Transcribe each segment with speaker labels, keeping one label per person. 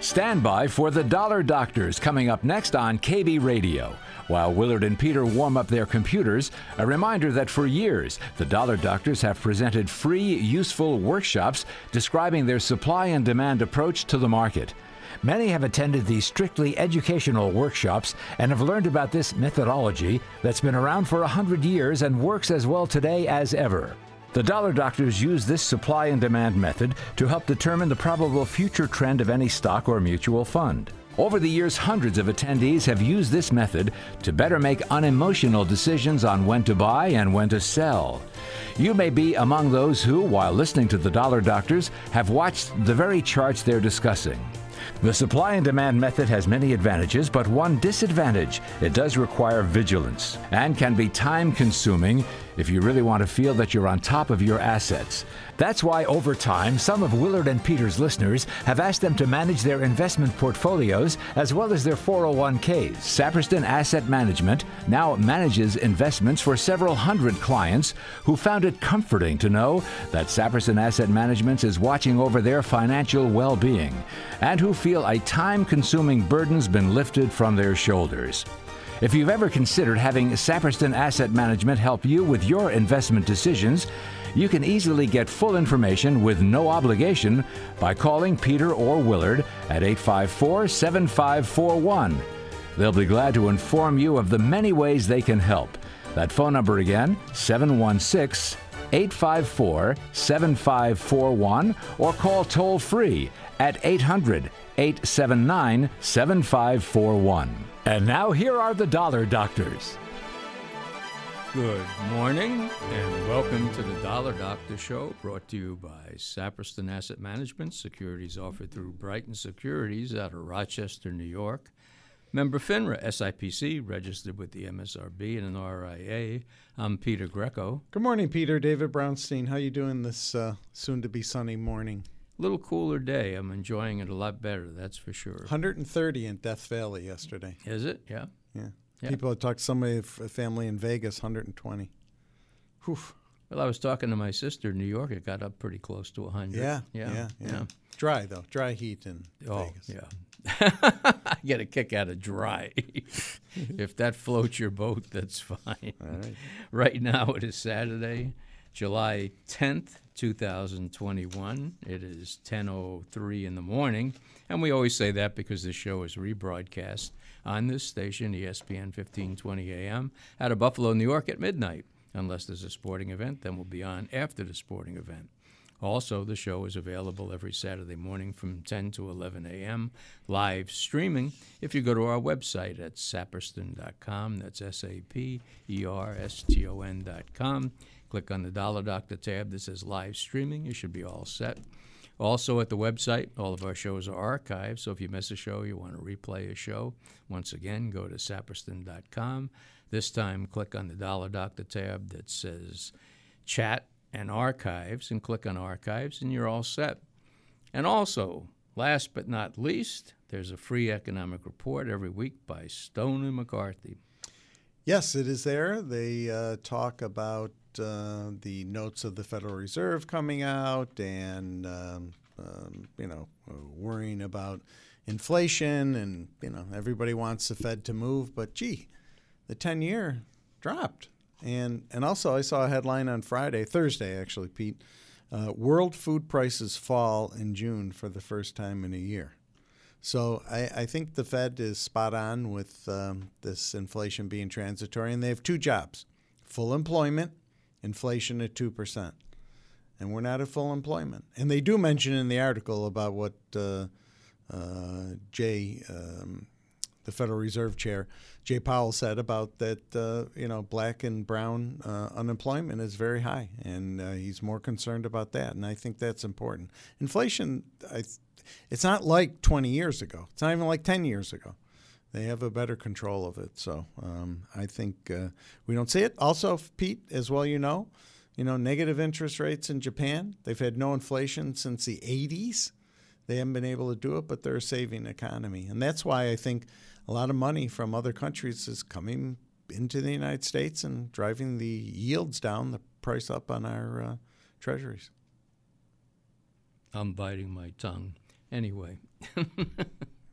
Speaker 1: Stand by for the Dollar Doctors coming up next on KB Radio. While Willard and Peter warm up their computers, a reminder that for years, the Dollar Doctors have presented free, useful workshops describing their supply and demand approach to the market. Many have attended these strictly educational workshops and have learned about this methodology that's been around for 100 years and works as well today as ever. The dollar doctors use this supply and demand method to help determine the probable future trend of any stock or mutual fund. Over the years, hundreds of attendees have used this method to better make unemotional decisions on when to buy and when to sell. You may be among those who, while listening to the Dollar Doctors, have watched the very charts they're discussing. The supply and demand method has many advantages, but one disadvantage it does require vigilance and can be time consuming if you really want to feel that you're on top of your assets. That's why, over time, some of Willard and Peter's listeners have asked them to manage their investment portfolios as well as their 401ks. Saperston Asset Management now manages investments for several hundred clients who found it comforting to know that Saperston Asset Management is watching over their financial well being and who feel a time consuming burden's been lifted from their shoulders. If you've ever considered having Saperston Asset Management help you with your investment decisions, you can easily get full information with no obligation by calling Peter or Willard at 854 7541. They'll be glad to inform you of the many ways they can help. That phone number again, 716 854 7541, or call toll free at 800 879 7541. And now here are the Dollar Doctors.
Speaker 2: Good morning and welcome to the Dollar Doctor Show brought to you by Saperston Asset Management. Securities offered through Brighton Securities out of Rochester, New York. Member FINRA, SIPC, registered with the MSRB and an RIA. I'm Peter Greco.
Speaker 3: Good morning, Peter. David Brownstein. How you doing this uh, soon-to-be sunny morning?
Speaker 2: Little cooler day. I'm enjoying it a lot better, that's for sure.
Speaker 3: 130 in Death Valley yesterday.
Speaker 2: Is it? Yeah.
Speaker 3: Yeah.
Speaker 2: Yeah.
Speaker 3: People had talked to somebody, f- a family in Vegas, 120. Whew.
Speaker 2: Well, I was talking to my sister in New York. It got up pretty close to 100.
Speaker 3: Yeah, yeah, yeah. Dry, though. Dry heat in
Speaker 2: Oh,
Speaker 3: Vegas.
Speaker 2: yeah. I get a kick out of dry. if that floats your boat, that's fine. right. now it is Saturday, July 10th, 2021. It is 10:03 in the morning, and we always say that because this show is rebroadcast on this station, E ESPN 1520 AM, out of Buffalo, New York at midnight. Unless there's a sporting event, then we'll be on after the sporting event. Also, the show is available every Saturday morning from 10 to 11 a.m. live streaming if you go to our website at saperston.com. That's S A P E R S T O N.com. Click on the Dollar Doctor tab that says live streaming. You should be all set. Also, at the website, all of our shows are archived, so if you miss a show, you want to replay a show, once again, go to saperston.com. This time, click on the Dollar Doctor tab that says chat and archives and click on archives and you're all set. And also, last but not least, there's a free economic report every week by Stone and McCarthy.
Speaker 3: Yes, it is there. They uh, talk about uh, the notes of the Federal Reserve coming out and, um, um, you know, uh, worrying about inflation. And, you know, everybody wants the Fed to move, but gee, the 10 year dropped. And, and also, I saw a headline on Friday, Thursday, actually, Pete. Uh, world food prices fall in June for the first time in a year. So I, I think the Fed is spot on with um, this inflation being transitory, and they have two jobs: full employment, inflation at two percent, and we're not at full employment. And they do mention in the article about what uh, uh, Jay, um, the Federal Reserve Chair, Jay Powell said about that. Uh, you know, black and brown uh, unemployment is very high, and uh, he's more concerned about that. And I think that's important. Inflation, I. Th- it's not like 20 years ago. It's not even like 10 years ago. They have a better control of it. So um, I think uh, we don't see it. Also, Pete, as well, you know, you know, negative interest rates in Japan. They've had no inflation since the 80s. They haven't been able to do it, but they're a saving economy, and that's why I think a lot of money from other countries is coming into the United States and driving the yields down, the price up on our uh, treasuries.
Speaker 2: I'm biting my tongue. Anyway,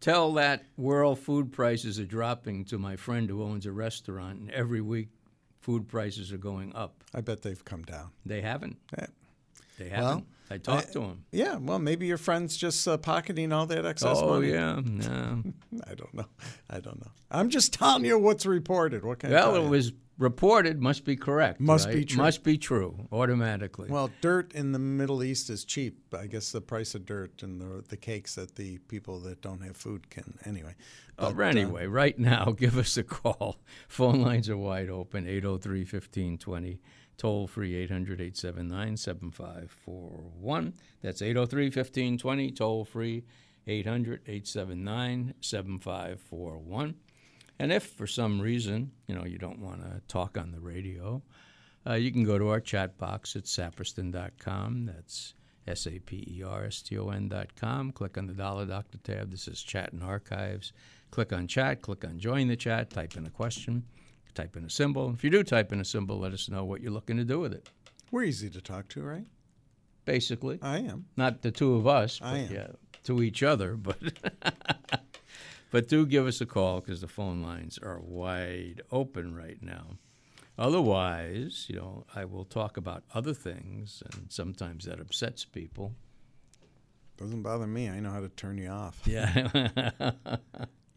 Speaker 2: tell that world food prices are dropping to my friend who owns a restaurant, and every week food prices are going up.
Speaker 3: I bet they've come down.
Speaker 2: They haven't.
Speaker 3: Eh,
Speaker 2: They haven't. I talked to him.
Speaker 3: Yeah, well, maybe your friend's just uh, pocketing all that excess
Speaker 2: Oh
Speaker 3: money.
Speaker 2: yeah, no.
Speaker 3: I don't know. I don't know. I'm just telling you what's reported. What can I
Speaker 2: well,
Speaker 3: tell
Speaker 2: it
Speaker 3: you?
Speaker 2: was reported. Must be correct.
Speaker 3: Must be
Speaker 2: right?
Speaker 3: true.
Speaker 2: Must be true. Automatically.
Speaker 3: Well, dirt in the Middle East is cheap. I guess the price of dirt and the, the cakes that the people that don't have food can anyway.
Speaker 2: Uh,
Speaker 3: But, uh,
Speaker 2: anyway, right now, give us a call. Phone lines are wide open 803 1520. Toll free 800 879 7541. That's 803 1520. Toll free 800 879 7541. And if for some reason, you know, you don't want to talk on the radio, uh, you can go to our chat box at sapperston.com. That's S A P E R S T O N.com. Click on the Dollar Doctor tab. This is Chat and Archives. Click on Chat, click on Join the Chat, type in a question, type in a symbol. If you do type in a symbol, let us know what you're looking to do with it,
Speaker 3: we're easy to talk to, right?
Speaker 2: basically.
Speaker 3: I am.
Speaker 2: Not the two of us,
Speaker 3: I
Speaker 2: but
Speaker 3: am.
Speaker 2: yeah, to each other, but. But do give us a call because the phone lines are wide open right now. Otherwise, you know, I will talk about other things, and sometimes that upsets people.
Speaker 3: Doesn't bother me. I know how to turn you off.
Speaker 2: Yeah.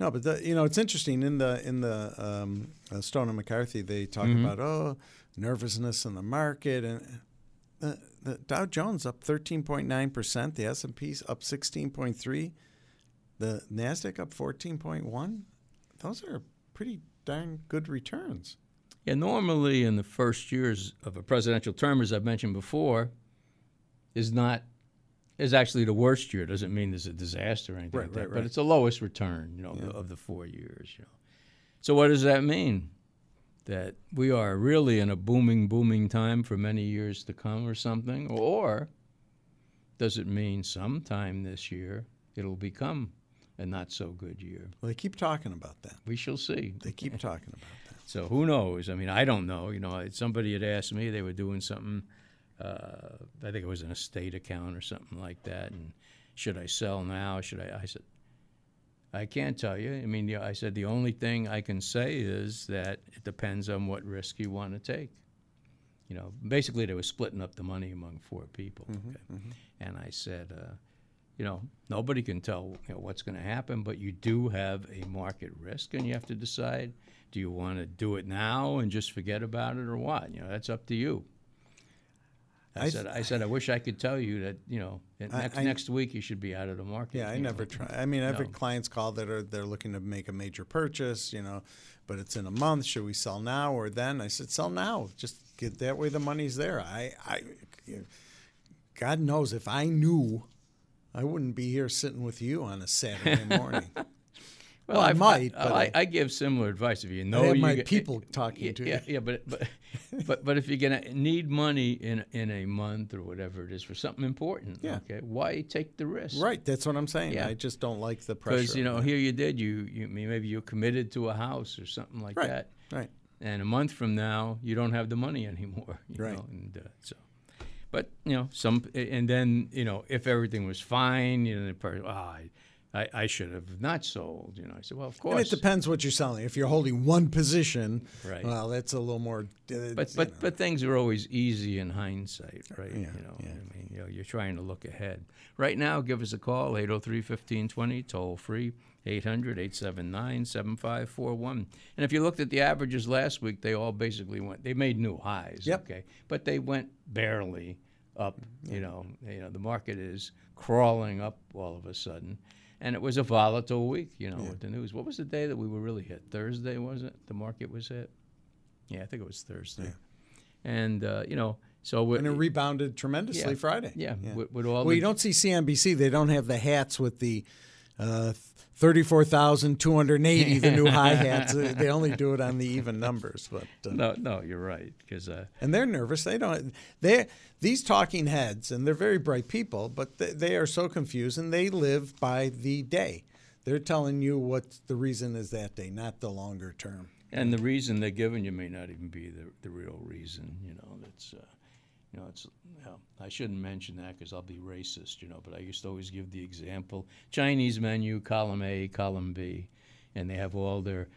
Speaker 3: No, but the, you know it's interesting in the in the um, uh, Stone and McCarthy they talk about oh nervousness in the market and the, the Dow Jones up thirteen point nine percent, the S and P's up sixteen point three, the Nasdaq up fourteen point one. Those are pretty darn good returns.
Speaker 2: yeah. Normally, in the first years of a presidential term, as I've mentioned before, is not is actually the worst year. Doesn't mean there's a disaster or anything
Speaker 3: Right,
Speaker 2: like that,
Speaker 3: right,
Speaker 2: but
Speaker 3: right.
Speaker 2: it's the lowest return, you know, of the- of the four years. You know. So what does that mean? That we are really in a booming, booming time for many years to come, or something, or does it mean sometime this year it'll become a not so good year?
Speaker 3: Well, they keep talking about that.
Speaker 2: We shall see.
Speaker 3: They keep talking about that.
Speaker 2: So who knows? I mean, I don't know. You know, if somebody had asked me. They were doing something. Uh, I think it was an estate account or something like that. And should I sell now? Should I? I said, I can't tell you. I mean, the- I said the only thing I can say is that it depends on what risk you want to take. You know, basically they were splitting up the money among four people. okay? And I said, uh, you know, nobody can tell you know, what's going to happen, but you do have a market risk, and you have to decide: do you want to do it now and just forget about it, or what? You know, that's up to you. I,
Speaker 3: I-
Speaker 2: said, I said, I wish I could tell you that you know that
Speaker 3: I-
Speaker 2: next
Speaker 3: I-
Speaker 2: next week you should be out of the market.
Speaker 3: Yeah, I
Speaker 2: you know.
Speaker 3: never try. I mean, I've
Speaker 2: No.
Speaker 3: had clients call that are they're looking to make a major purchase, you know, but it's in a month. Should we sell now or then? I said, sell now. Just get that way. The money's there. I, I, God knows if I knew, I wouldn't be here sitting with you on a Saturday morning. Well, I
Speaker 2: I've-
Speaker 3: might,
Speaker 2: I,
Speaker 3: but
Speaker 2: I,
Speaker 3: I-
Speaker 2: I give similar advice if you know
Speaker 3: have
Speaker 2: you
Speaker 3: my
Speaker 2: get-
Speaker 3: people talking
Speaker 2: yeah,
Speaker 3: to
Speaker 2: yeah,
Speaker 3: you.
Speaker 2: Yeah, but but but but if you're gonna need money in in a month or whatever it is for something important,
Speaker 3: Yeah.
Speaker 2: okay, why take the risk?
Speaker 3: right. That's what I'm saying.
Speaker 2: Yeah.
Speaker 3: I just don't like the pressure.
Speaker 2: Because you know
Speaker 3: of
Speaker 2: here you did you you maybe you're committed to a house or something like
Speaker 3: Right.
Speaker 2: that,
Speaker 3: it. right.
Speaker 2: and a month from now you don't have the money anymore. You
Speaker 3: Right.
Speaker 2: Know? And uh, so. But you know some, and then you know if everything was fine, you know the person, oh, I, I, I should have not sold. You know, I said, well, of course.
Speaker 3: And it depends what you're selling. If you're holding one position,
Speaker 2: Right.
Speaker 3: well, that's a little more. Uh,
Speaker 2: But but but things are always easy in hindsight, right?
Speaker 3: Yeah,
Speaker 2: you know,
Speaker 3: yeah.
Speaker 2: I mean, you know, you're trying to look ahead. Right now, give us a call 803-1520, toll free 800-879-7541. And if you looked at the averages last week, they all basically went they made new highs,
Speaker 3: Yep.
Speaker 2: okay? But they went barely up, you know. You know, the market is crawling up all of a sudden. And it was a volatile week, you know, with the news. What was the day that we were really hit? Thursday, was it? The market was hit? Yeah, I think it was Thursday. And, uh, you know, so we
Speaker 3: and it rebounded tremendously
Speaker 2: yeah,
Speaker 3: Friday.
Speaker 2: Yeah, With, with all
Speaker 3: Well, you
Speaker 2: the,
Speaker 3: don't see CNBC. They don't have the hats with the uh, 34,280, the new high hats. Uh, they only do it on the even numbers. But uh,
Speaker 2: No, no, you're right. Because uh,
Speaker 3: and they're nervous. They don't. They these talking heads, and they're very bright people, but they, they are so confused, and they live by the day. They're telling you what the reason is that day, not the longer term.
Speaker 2: and the reason they're giving you may not even be the, the real reason. You know, that's uh, you know, it's, you know, I shouldn't mention that because I'll be racist, you know, but I used to always give the example Chinese menu, column A, column B, and they have all their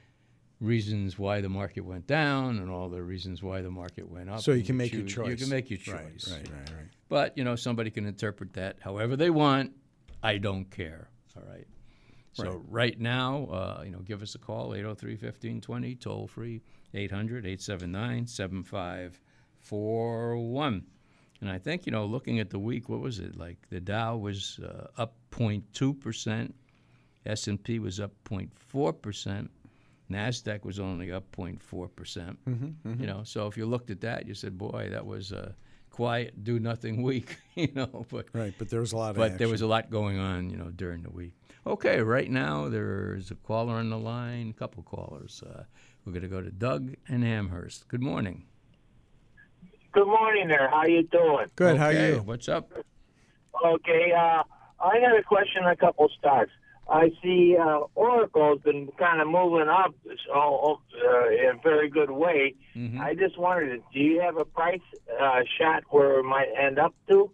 Speaker 2: reasons why the market went down and all their reasons why the market went up.
Speaker 3: So you
Speaker 2: and
Speaker 3: can make your
Speaker 2: choose-
Speaker 3: choice.
Speaker 2: You can make your
Speaker 3: Right,
Speaker 2: choice.
Speaker 3: right, right, right.
Speaker 2: But, you know, somebody can interpret that however they want. I don't care. All right. So right, now, uh, you know, give us a call, 803-1520, toll free, 800-879-7541. And I think, you know, looking at the week, what was it? Like the Dow was uh, up 0.2%, S&P was up 0.4%, NASDAQ was only up 0.4%. percent
Speaker 3: Mm-hmm,
Speaker 2: You know, so if you looked at that, you said, boy, that was a quiet, do-nothing week, you know. But
Speaker 3: Right, but there was a lot of
Speaker 2: but there
Speaker 3: action.
Speaker 2: was a lot going on, you know, during the week. Okay, right now there's a caller on the line, a couple callers. Uh, we're going to go to Doug and Amherst. Good morning.
Speaker 4: Good morning there. How you doing?
Speaker 3: Good, how
Speaker 2: Okay,
Speaker 3: are you?
Speaker 2: What's up?
Speaker 4: Okay, uh, I got a question on a couple stocks. I see uh, Oracle's been kind of moving up so, uh, in a very good way.
Speaker 2: Mm-hmm.
Speaker 4: I just wondered, do you have a price uh, shot where it might end up to?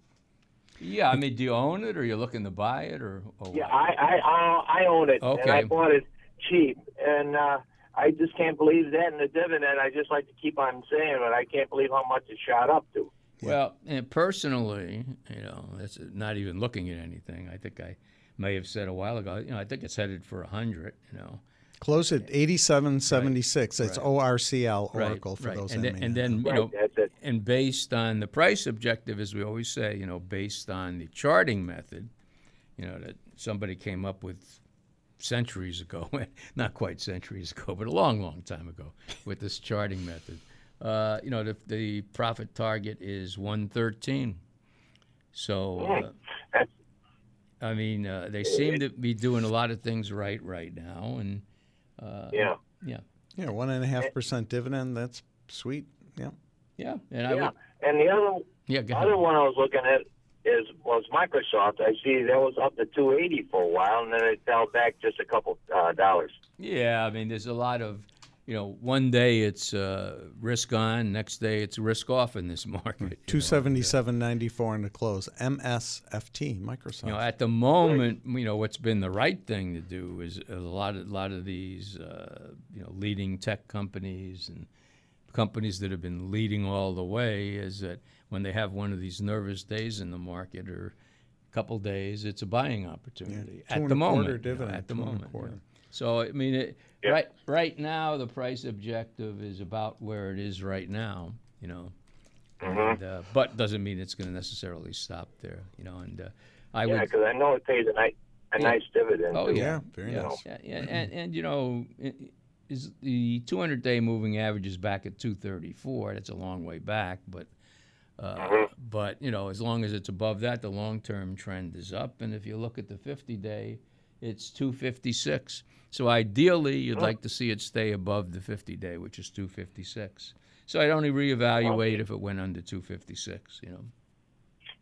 Speaker 2: Yeah, I mean, do you own it or you're looking to buy it or? or
Speaker 4: Yeah,
Speaker 2: what?
Speaker 4: I I I, I own it, and
Speaker 2: Oh, Okay.
Speaker 4: I bought it cheap, and uh, I just can't believe that. And the dividend, I just like to keep on saying, but I can't believe how much it shot up to.
Speaker 2: Well, and personally, you know, that's not even looking at anything. I think I may have said a while ago. You know, I think it's headed for hundred. You know,
Speaker 3: Close at 8776. It's ORCL,
Speaker 2: Right,
Speaker 3: Oracle, for
Speaker 2: right.
Speaker 3: those
Speaker 2: and then,
Speaker 3: that may
Speaker 2: and
Speaker 3: not.
Speaker 2: then you
Speaker 4: Right,
Speaker 2: know,
Speaker 4: that's it.
Speaker 2: and based on the price objective, as we always say, you know, based on the charting method, you know, that somebody came up with centuries ago, not quite centuries ago, but a long, long time ago, with this charting method. Uh, you know, the, the profit target is 113. So, uh,
Speaker 4: Hmm. That's
Speaker 2: I mean, uh, they seem to be doing a lot of things right right now, and uh,
Speaker 4: yeah.
Speaker 2: yeah,
Speaker 3: Yeah, one and a
Speaker 4: Eh.
Speaker 3: half percent dividend. That's sweet. Yeah.
Speaker 2: yeah, and I
Speaker 4: Yeah,
Speaker 2: would,
Speaker 4: and the other
Speaker 2: yeah, go ahead.
Speaker 4: other one I was looking at is was Microsoft. I see that was up to 280 for a while, and then it fell back just a couple uh, dollars.
Speaker 2: Yeah, I mean, there's a lot of, you know, one day it's uh, risk on, next day it's risk off in this market. you know.
Speaker 3: Two seventy seven ninety four in the close. MSFT, Microsoft.
Speaker 2: You know, at the moment, you know what's been the right thing to do is a lot of lot of these, uh, you know, leading tech companies and companies that have been leading all the way is that when they have one of these nervous days in the market or a couple days, it's a buying opportunity
Speaker 3: Two
Speaker 2: at
Speaker 3: and
Speaker 2: the
Speaker 3: a quarter
Speaker 2: moment. you know,
Speaker 3: dividend,
Speaker 2: at the
Speaker 3: two and a
Speaker 2: moment. yeah.
Speaker 3: quarter.
Speaker 2: So I mean, it, right right now the price objective is about where it is right now. You know, and, uh, but doesn't mean it's going to necessarily stop there. You know, and uh, I
Speaker 4: Yeah,
Speaker 2: would.
Speaker 4: because I know it pays a nice a nice dividend.
Speaker 2: Oh
Speaker 4: too. Mm-hmm.
Speaker 2: yeah,
Speaker 3: Yeah, very
Speaker 2: yeah,
Speaker 3: nice.
Speaker 2: yeah, yeah. And, and you know, i- is the 200-day moving average is back at 234. That's a long way back, but uh, but you know, as long as it's above that, the long-term trend is up. And if you look at the 50-day, it's 256. So ideally, you'd like to see it stay above the 50-day, which is 256. So I'd only reevaluate if it went under 256. You know.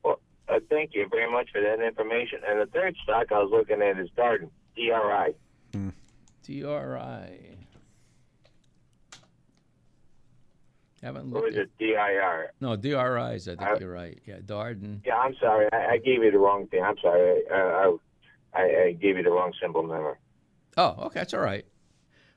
Speaker 4: Well, uh, thank you very much for that information. And the third stock I was looking at is Darden, DRI.
Speaker 2: DRI. Haven't
Speaker 4: Or
Speaker 2: looked
Speaker 4: is
Speaker 2: at.
Speaker 4: it Uh, DIR?
Speaker 2: No, DRIs, I think
Speaker 4: I-
Speaker 2: you're right. Yeah, Darden.
Speaker 4: Yeah, I'm sorry. I, I gave you the wrong thing. I'm sorry. I, I, I, I gave you the wrong symbol number.
Speaker 2: Oh, okay, that's all right.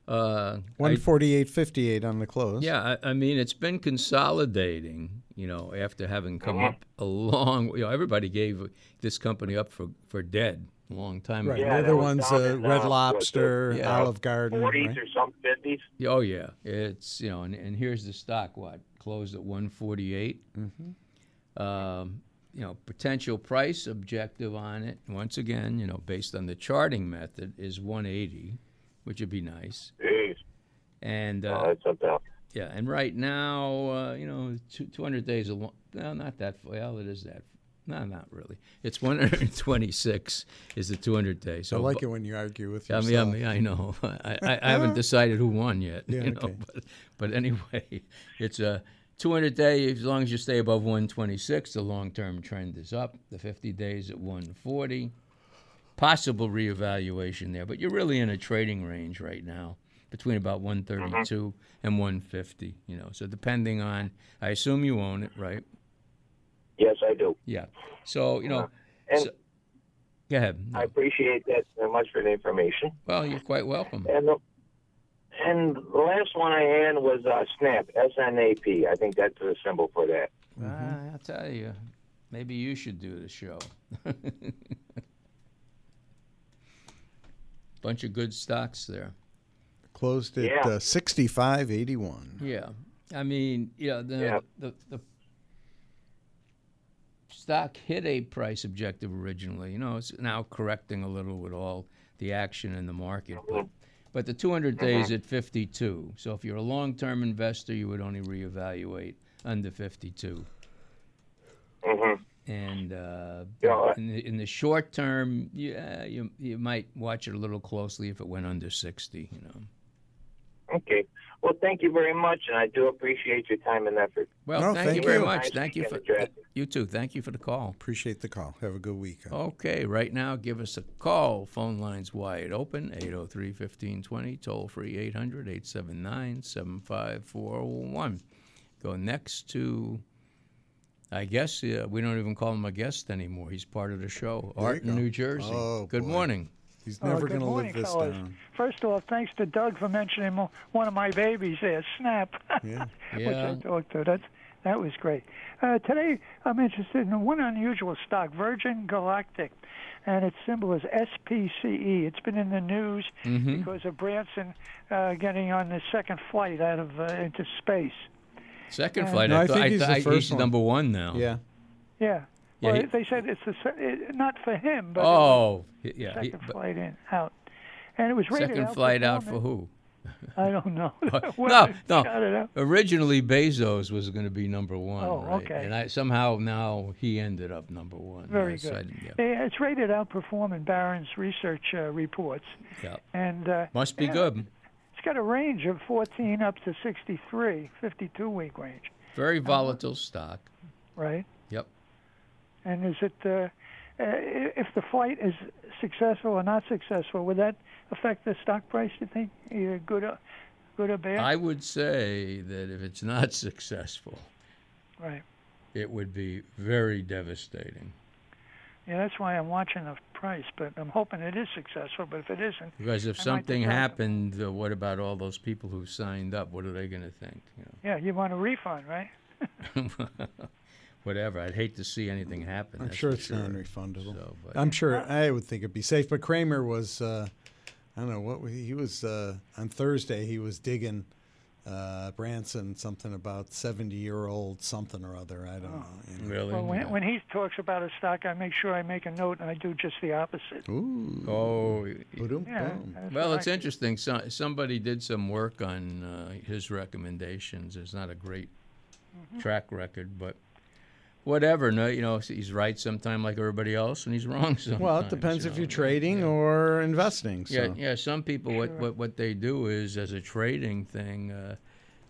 Speaker 2: Uh,
Speaker 3: One
Speaker 2: I-
Speaker 3: forty eight fifty eight on the close.
Speaker 2: yeah, I, I mean, it's been consolidating, you know, after having come
Speaker 4: Uh-huh.
Speaker 2: up a long You know, everybody gave this company up for, for dead a long time
Speaker 3: Right.
Speaker 2: ago.
Speaker 4: Yeah, that
Speaker 3: Another
Speaker 4: was
Speaker 3: one's
Speaker 4: down
Speaker 3: uh,
Speaker 4: in, uh,
Speaker 3: Red
Speaker 4: what,
Speaker 3: Lobster,
Speaker 2: the- Yeah.
Speaker 3: Olive Garden.
Speaker 4: 40s
Speaker 3: right?
Speaker 4: or some 50s?
Speaker 2: Yeah, Oh yeah, it's you know, and, and here's the stock. What closed at 148.
Speaker 3: Mm-hmm.
Speaker 2: Um, you know, potential price objective on it. Once again, you know, based on the charting method, is 180, which would be nice.
Speaker 4: Jeez.
Speaker 2: And uh,
Speaker 4: Oh, that's something else.
Speaker 2: yeah, and right now, uh, you know, two, 200 days a long. No, not that. f- Well, it is that. No, not really. It's 126 is the 200 day. So
Speaker 3: I
Speaker 2: bu-
Speaker 3: like it when you argue with
Speaker 2: I
Speaker 3: yourself.
Speaker 2: mean, I, mean, I know. I, I, I haven't decided who won yet.
Speaker 3: Yeah,
Speaker 2: you know,
Speaker 3: okay.
Speaker 2: but, but anyway, it's a 200 day. As long as you stay above 126, the long term trend is up. The 50 days at 140. Possible reevaluation there, but you're really in a trading range right now between about 132 and 150. You know, so depending on, I assume you own it, right?
Speaker 5: Yes, I do.
Speaker 2: Yeah. So, you know,
Speaker 5: And-
Speaker 2: so- go ahead.
Speaker 5: I appreciate that so much for the information.
Speaker 2: Well, you're quite welcome.
Speaker 5: And the, and the last one I had was uh, SNAP, S N A P. I think that's the symbol for that.
Speaker 2: Ah, I'll tell you, maybe you should do the show. Bunch of good stocks there.
Speaker 3: Closed at
Speaker 5: Yeah.
Speaker 3: uh, 6581.
Speaker 2: Yeah, I mean, yeah, the
Speaker 5: Yeah.
Speaker 2: the the stock hit a price objective originally. You know, it's now correcting a little with all the action in the market, but. But the 200
Speaker 5: Uh-huh. Mm-hmm.
Speaker 2: days at 52. So if you're a long-term investor, you would only reevaluate under 52.
Speaker 5: Mm-hmm.
Speaker 2: And uh,
Speaker 5: Yeah.
Speaker 2: in, the, in the short term, yeah, you you might watch it a little closely if it went under 60. You know.
Speaker 5: Okay. Well, thank you very much, and I do appreciate your time and effort.
Speaker 2: Well,
Speaker 3: No,
Speaker 2: thank,
Speaker 3: thank
Speaker 2: you very
Speaker 3: you.
Speaker 2: much.
Speaker 5: Nice
Speaker 2: Thank you
Speaker 5: to
Speaker 2: for
Speaker 5: get addressed.
Speaker 2: you too. Thank you for the call.
Speaker 3: Appreciate the call. Have a good weekend.
Speaker 2: Okay, right now, give us a call. Phone lines wide open 803 1520, toll free 800 879 7541. Go next to, I guess, uh, we don't even call him a guest anymore. He's part of the show. Art
Speaker 3: you
Speaker 2: in
Speaker 3: go.
Speaker 2: New Jersey.
Speaker 3: Oh,
Speaker 2: Good
Speaker 3: boy.
Speaker 2: morning.
Speaker 3: He's
Speaker 6: Oh,
Speaker 3: never
Speaker 6: good
Speaker 3: going to
Speaker 6: morning,
Speaker 3: live this
Speaker 6: fellas.
Speaker 3: down.
Speaker 6: First of all, thanks to Doug for mentioning mo- one of my babies there, Snap,
Speaker 3: Yeah.
Speaker 6: which I
Speaker 2: Yeah.
Speaker 6: talked to. That's, that was great. Uh, today, I'm interested in one unusual stock, Virgin Galactic, and its symbol is SPCE. E. It's been in the news
Speaker 2: Mm-hmm.
Speaker 6: because of Branson uh, getting on the second flight out of uh, into space. Uh,
Speaker 2: Second flight.
Speaker 3: No,
Speaker 2: I,
Speaker 3: I
Speaker 2: thought-
Speaker 3: think he's the
Speaker 2: I, thought
Speaker 3: first one.
Speaker 2: number one now.
Speaker 3: Yeah.
Speaker 6: Yeah.
Speaker 2: Yeah,
Speaker 6: Well,
Speaker 2: he-
Speaker 6: they said it's the, se- it, not for him, but it was
Speaker 2: Oh, he- yeah.
Speaker 6: second
Speaker 2: he- but
Speaker 6: flight in out, and it was rated
Speaker 2: second flight out for
Speaker 6: outperforming-
Speaker 2: who?
Speaker 6: I don't know.
Speaker 2: no,
Speaker 6: Well,
Speaker 2: no.
Speaker 6: shut it out.
Speaker 2: Originally, Bezos was going to be number one.
Speaker 6: Oh,
Speaker 2: right?
Speaker 6: okay.
Speaker 2: And I, somehow now he ended up number one.
Speaker 6: Very
Speaker 2: Yes, I
Speaker 6: good.
Speaker 2: didn't- uh, yeah,
Speaker 6: They- It's rated outperform in Barron's research uh, reports,
Speaker 2: yeah.
Speaker 6: and uh,
Speaker 2: Must be
Speaker 6: yeah,
Speaker 2: good.
Speaker 6: It's got a range of 14 up to 63, 52 week range,
Speaker 2: Very volatile stock.
Speaker 6: right?
Speaker 2: Yep.
Speaker 6: And is it uh, uh, i- if the flight is successful or not successful, would that affect the stock price? You think either good or good or bad?
Speaker 2: I would say that if it's not successful,
Speaker 6: right.
Speaker 2: it would be very devastating.
Speaker 6: Yeah, that's why I'm watching the price, but I'm hoping it is successful. But if it isn't,
Speaker 2: Because if
Speaker 6: I might
Speaker 2: something
Speaker 6: decide to-
Speaker 2: happened, uh, what about all those people who signed up? What are they going to think? You know?
Speaker 6: yeah, you want a refund, right?
Speaker 2: Whatever. I'd hate to see anything happen.
Speaker 3: I'm
Speaker 2: that's
Speaker 3: sure
Speaker 2: for
Speaker 3: it's non-refundable.
Speaker 2: So, but-
Speaker 3: I'm sure I would think it'd be safe, but Kramer was, uh, I don't know what was- he was uh, on Thursday. He was digging uh, Branson something about seventy-year-old something or other. I don't know. you know.
Speaker 2: Really?
Speaker 6: Well, when,
Speaker 2: Yeah.
Speaker 6: when he talks about a stock, I make sure I make a note and I do just the opposite.
Speaker 3: Ooh,
Speaker 2: oh, y-
Speaker 3: boom,
Speaker 6: Yeah.
Speaker 3: boom.
Speaker 6: that's
Speaker 2: well,
Speaker 6: what
Speaker 2: it's
Speaker 6: I-
Speaker 2: interesting. So, somebody did some work on uh, his recommendations. It's not a great
Speaker 6: Mm-hmm.
Speaker 2: track record, but whatever. No, you know, he's right sometime, like everybody else, and he's wrong sometimes.
Speaker 3: Well, it depends
Speaker 2: you
Speaker 3: if
Speaker 2: know.
Speaker 3: you're trading or investing. So.
Speaker 2: Yeah, yeah. Some people, what, what what they do is, as a trading thing, uh,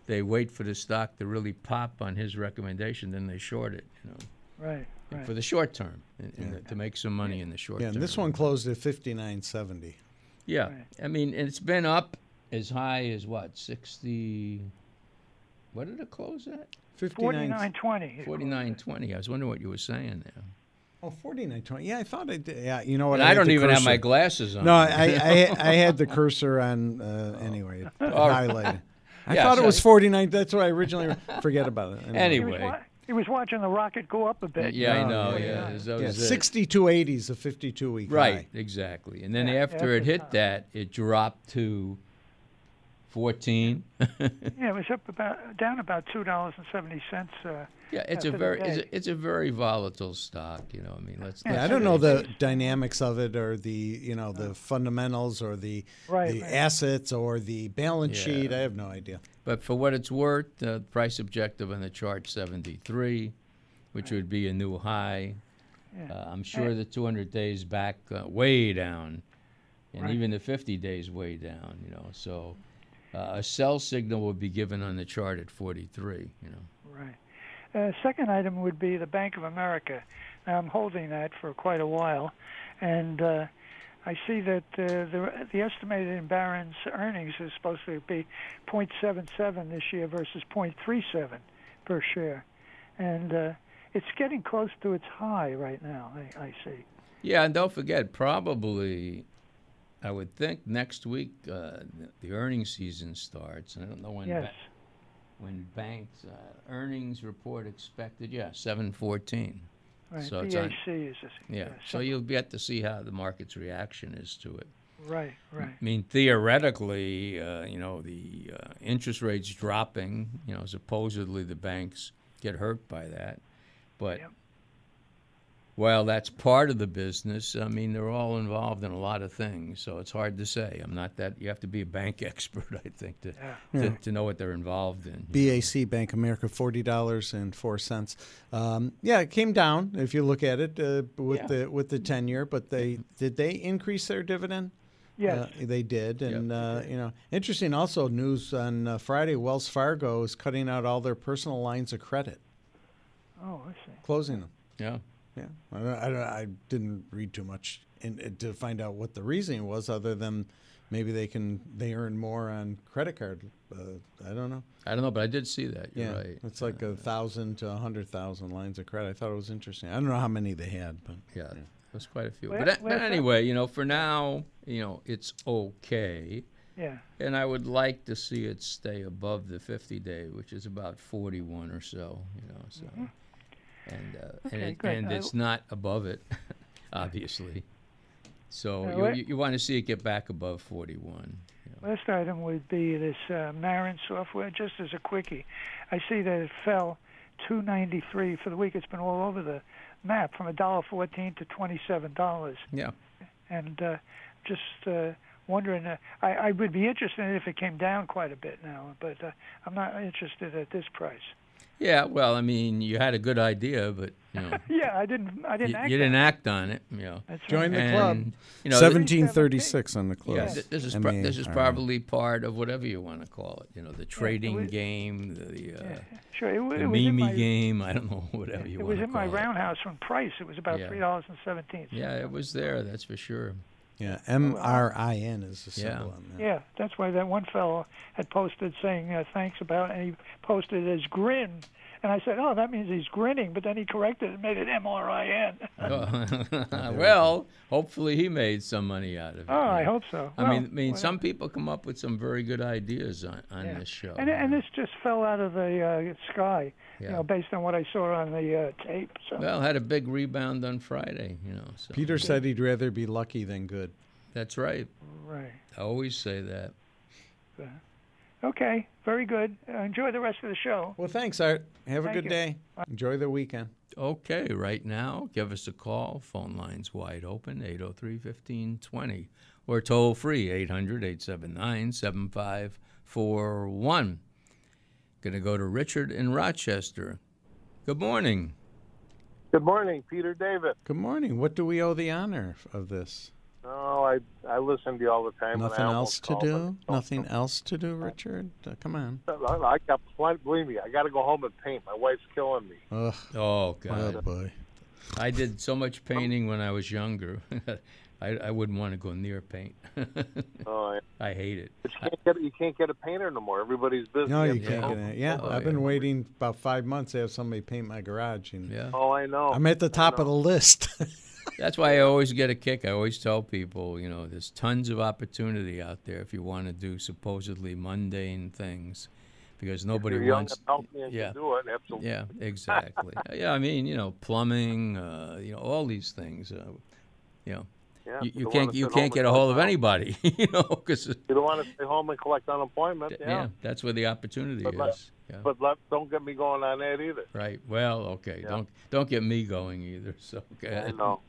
Speaker 2: they wait for the stock to really pop on his recommendation, then they short it. You know,
Speaker 6: Right, right.
Speaker 2: for the short term, in, in the, to make some money in the short
Speaker 3: Yeah,
Speaker 2: term.
Speaker 3: and this one closed at fifty-nine seventy.
Speaker 2: Yeah,
Speaker 6: Right.
Speaker 2: I mean, it's been up as high as what sixty. What did it close at?
Speaker 6: 49
Speaker 3: Fifty-nine.
Speaker 6: 20.
Speaker 2: Forty nine twenty. I was wondering what you were saying there.
Speaker 3: Oh, 49, 20. Yeah, I thought I did. Yeah, Uh, you know what?
Speaker 2: And I
Speaker 3: had
Speaker 2: don't
Speaker 3: the
Speaker 2: even have my
Speaker 3: cursor.
Speaker 2: glasses on.
Speaker 3: No, I, I, I, I had the cursor on uh, anyway, it highlighted. I
Speaker 2: Yeah,
Speaker 3: thought
Speaker 2: so-
Speaker 3: it was 49. That's what I originally forget about it.
Speaker 6: He was,
Speaker 2: Anyway.
Speaker 6: wa- he was watching the rocket go up a bit.
Speaker 2: yeah, I
Speaker 3: No,
Speaker 2: know.
Speaker 3: yeah,
Speaker 2: Yeah, that
Speaker 3: yeah,
Speaker 2: was it.
Speaker 3: 6280 is a 52 week
Speaker 2: Right, exactly. And then
Speaker 6: Yeah,
Speaker 2: after it
Speaker 6: that's
Speaker 2: hit that, it dropped to fourteen.
Speaker 6: Yeah, it was up about down about two dollars and seventy cents. Uh,
Speaker 2: yeah, it's a
Speaker 6: After the
Speaker 2: very it's
Speaker 6: day.
Speaker 2: a, it's a very volatile stock. You know, I mean, let's.
Speaker 3: high.
Speaker 2: let's
Speaker 3: Yeah, I don't know the dynamics of it or the you know the fundamentals or the
Speaker 6: Right,
Speaker 3: the
Speaker 6: right.
Speaker 3: assets or the balance
Speaker 2: Yeah.
Speaker 3: sheet. I have no idea.
Speaker 2: But for what it's worth, uh, price objective on the chart 73, which would be a new high. Uh, I'm sure the 200 days back uh, way down, and
Speaker 6: Right.
Speaker 2: even the 50 days way down. You know, so uh, a sell signal would be given on the chart at 43. You know,
Speaker 6: right. Uh, second item would be the Bank of America. Now, I'm holding that for quite a while, and uh, I see that uh, the the estimated in Barron's earnings is supposed to be 0.77 this year versus 0.37 per share, and uh, it's getting close to its high right now. I, I see.
Speaker 2: Yeah, and don't forget, probably, I would think next week uh, the- the earnings season starts, and I don't know when.
Speaker 6: Yes.
Speaker 2: ba- when banks uh, earnings report expected, yeah, seven fourteen.
Speaker 6: Right.
Speaker 2: So it's on-
Speaker 6: BAC is this.
Speaker 2: Yeah. So you'll get to see how the market's reaction is to it.
Speaker 6: Right. Right.
Speaker 2: I mean, theoretically, uh, you know, the uh, interest rates dropping, you know, supposedly the banks get hurt by that. But
Speaker 6: Yep.
Speaker 2: while that's part of the business, I mean, they're all involved in a lot of things. So it's hard to say. I'm not that, you have to be a bank expert, I think, to, to, to know what they're involved in.
Speaker 3: BAC Bank America forty dollars and four cents. Um, yeah, it came down if you look at it uh, with
Speaker 2: Yeah. Mm-hmm.
Speaker 3: the with the ten year. But they did they increase their dividend?
Speaker 6: Yes.
Speaker 3: Uh, they did, and
Speaker 2: they
Speaker 3: uh, you know, interesting. Also, news on uh, Friday: Wells Fargo is cutting out all their personal lines of credit,
Speaker 6: oh, I see.
Speaker 3: closing them.
Speaker 2: yeah.
Speaker 3: Yeah, I don't, I, don't, I didn't read too much in, uh, to find out what the reasoning was, other than maybe they can they earn more on credit card. Uh, I don't know.
Speaker 2: I don't know, but I did see that. You're
Speaker 3: Yeah,
Speaker 2: right.
Speaker 3: it's like a thousand to a hundred thousand lines of credit. I thought it was interesting. I don't know how many they had, but
Speaker 2: Yeah, there's quite a few.
Speaker 6: Well,
Speaker 2: But, a- but
Speaker 6: well,
Speaker 2: anyway, you know, for now, you know, it's okay.
Speaker 6: Yeah.
Speaker 2: And I would like to see it stay above the 50 day, which is about 41 or so, you know. So, and uh, and,
Speaker 6: Mm-hmm. Okay,
Speaker 2: it,
Speaker 6: great.
Speaker 2: and
Speaker 6: I-
Speaker 2: it's not above it, obviously. So
Speaker 6: Uh,
Speaker 2: you,
Speaker 6: what-
Speaker 2: you, you want to see it get back above 41.
Speaker 6: Last item would be this uh, Marin software. Just as a quickie, I see that it fell 293 for the week. It's been all over the map from $1.14 to $27.
Speaker 2: Yeah.
Speaker 6: and uh, just uh, wondering. Uh, I, I would be interested in it if it came down quite a bit now, but uh, I'm not interested at this price.
Speaker 2: Yeah. Well, I mean, you had a good idea, but you know,
Speaker 6: Yeah, I didn't. I didn't.
Speaker 2: you,
Speaker 6: act
Speaker 2: you didn't
Speaker 6: on it.
Speaker 2: act on it. You know.
Speaker 6: That's
Speaker 3: Join
Speaker 6: right.
Speaker 3: the club.
Speaker 2: And, You know, th-
Speaker 3: seventeen thirty six on the close.
Speaker 2: Yeah, th- this is pro- this is probably part of whatever you want to call it. You know, the trading
Speaker 6: was-
Speaker 2: game, the, uh,
Speaker 6: Sure, it, wa-
Speaker 2: the
Speaker 6: it was in
Speaker 2: Mimi
Speaker 6: my,
Speaker 2: game. I don't know whatever you
Speaker 6: It
Speaker 2: want
Speaker 6: was
Speaker 2: to
Speaker 6: in
Speaker 2: call
Speaker 6: my
Speaker 2: it.
Speaker 6: roundhouse from price. It was about
Speaker 2: Yeah.
Speaker 6: three dollars and seventeen.
Speaker 2: Yeah, it was there. That's for sure.
Speaker 3: Yeah, M R I N is the symbol
Speaker 2: Yeah.
Speaker 3: on that.
Speaker 6: Yeah, that's why that one fellow had posted saying uh, thanks about, and he posted it as grin, and I said, oh, that means he's grinning, but then he corrected it and made it M R I N.
Speaker 2: Uh, well, hopefully he made some money out of it.
Speaker 6: Oh, I hope so.
Speaker 2: I
Speaker 6: Well,
Speaker 2: mean, I mean,
Speaker 6: well-
Speaker 2: some people come up with some very good ideas on, on
Speaker 6: Yeah.
Speaker 2: this show.
Speaker 6: And, and this just fell out of the uh, sky, you
Speaker 2: Yeah.
Speaker 6: know, based on what I saw on the uh, tape. So
Speaker 2: well, had a big rebound on Friday. You know, so
Speaker 3: Peter said he'd rather be lucky than good.
Speaker 2: That's right.
Speaker 6: right.
Speaker 2: I always say that.
Speaker 6: Okay. Very good. Uh, enjoy the rest of the show.
Speaker 3: Well, thanks, Art. Have a
Speaker 6: Thank
Speaker 3: good
Speaker 6: you.
Speaker 3: day. Enjoy the weekend.
Speaker 2: Okay, right now, give us a call. Phone lines wide open, 803 1520, or toll free, 800 879 7541. Going to go to Richard in Rochester. Good morning.
Speaker 7: Good morning, Peter David.
Speaker 3: Good morning. What do we owe the honor of this?
Speaker 7: Oh, I I listen to you all the time.
Speaker 3: Nothing
Speaker 7: and I
Speaker 3: else
Speaker 7: almost
Speaker 3: to
Speaker 7: call,
Speaker 3: do.
Speaker 7: but-
Speaker 3: Nothing else to do, Richard. Uh, come on.
Speaker 7: I got plenty. Believe me, I got to go home and paint. My wife's killing me.
Speaker 3: Ugh.
Speaker 2: Oh,
Speaker 3: Oh
Speaker 2: God.
Speaker 3: boy.
Speaker 2: I did so much painting when I was younger. I, I wouldn't want to go near paint.
Speaker 7: Oh, yeah.
Speaker 2: I hate it.
Speaker 7: but you can't get you can't get a painter no more. Everybody's busy.
Speaker 3: No,
Speaker 7: at
Speaker 3: you
Speaker 7: the
Speaker 3: can't
Speaker 7: moment.
Speaker 3: get it. Yeah,
Speaker 2: Oh,
Speaker 3: I've
Speaker 2: yeah.
Speaker 3: been waiting about five months to have somebody paint my garage, and
Speaker 2: Yeah.
Speaker 7: Oh, I know.
Speaker 3: I'm at the top of the list.
Speaker 2: That's why I always get a kick. I always tell people, you know, there's tons of opportunity out there if you want to do supposedly mundane things, because nobody
Speaker 7: You're young
Speaker 2: wants.
Speaker 7: and healthy and
Speaker 2: yeah.
Speaker 7: can do it. Absolutely.
Speaker 2: Yeah, exactly. yeah, I mean, you know, plumbing, uh, you know, all these things. Uh, you know,
Speaker 7: Yeah,
Speaker 2: you, you
Speaker 7: don't
Speaker 2: can't
Speaker 7: wanna
Speaker 2: you
Speaker 7: sit home
Speaker 2: can't
Speaker 7: and
Speaker 2: get a hold of
Speaker 7: collect-
Speaker 2: anybody, you know, because
Speaker 7: You don't want to stay home and collect unemployment.
Speaker 2: yeah.
Speaker 7: Yeah.
Speaker 2: that's where the opportunity
Speaker 7: But let-
Speaker 2: is. Yeah.
Speaker 7: But let, don't get me going on that either.
Speaker 2: right. Well, okay. Don't don't get me going either. So go
Speaker 7: I
Speaker 2: ahead.
Speaker 7: know.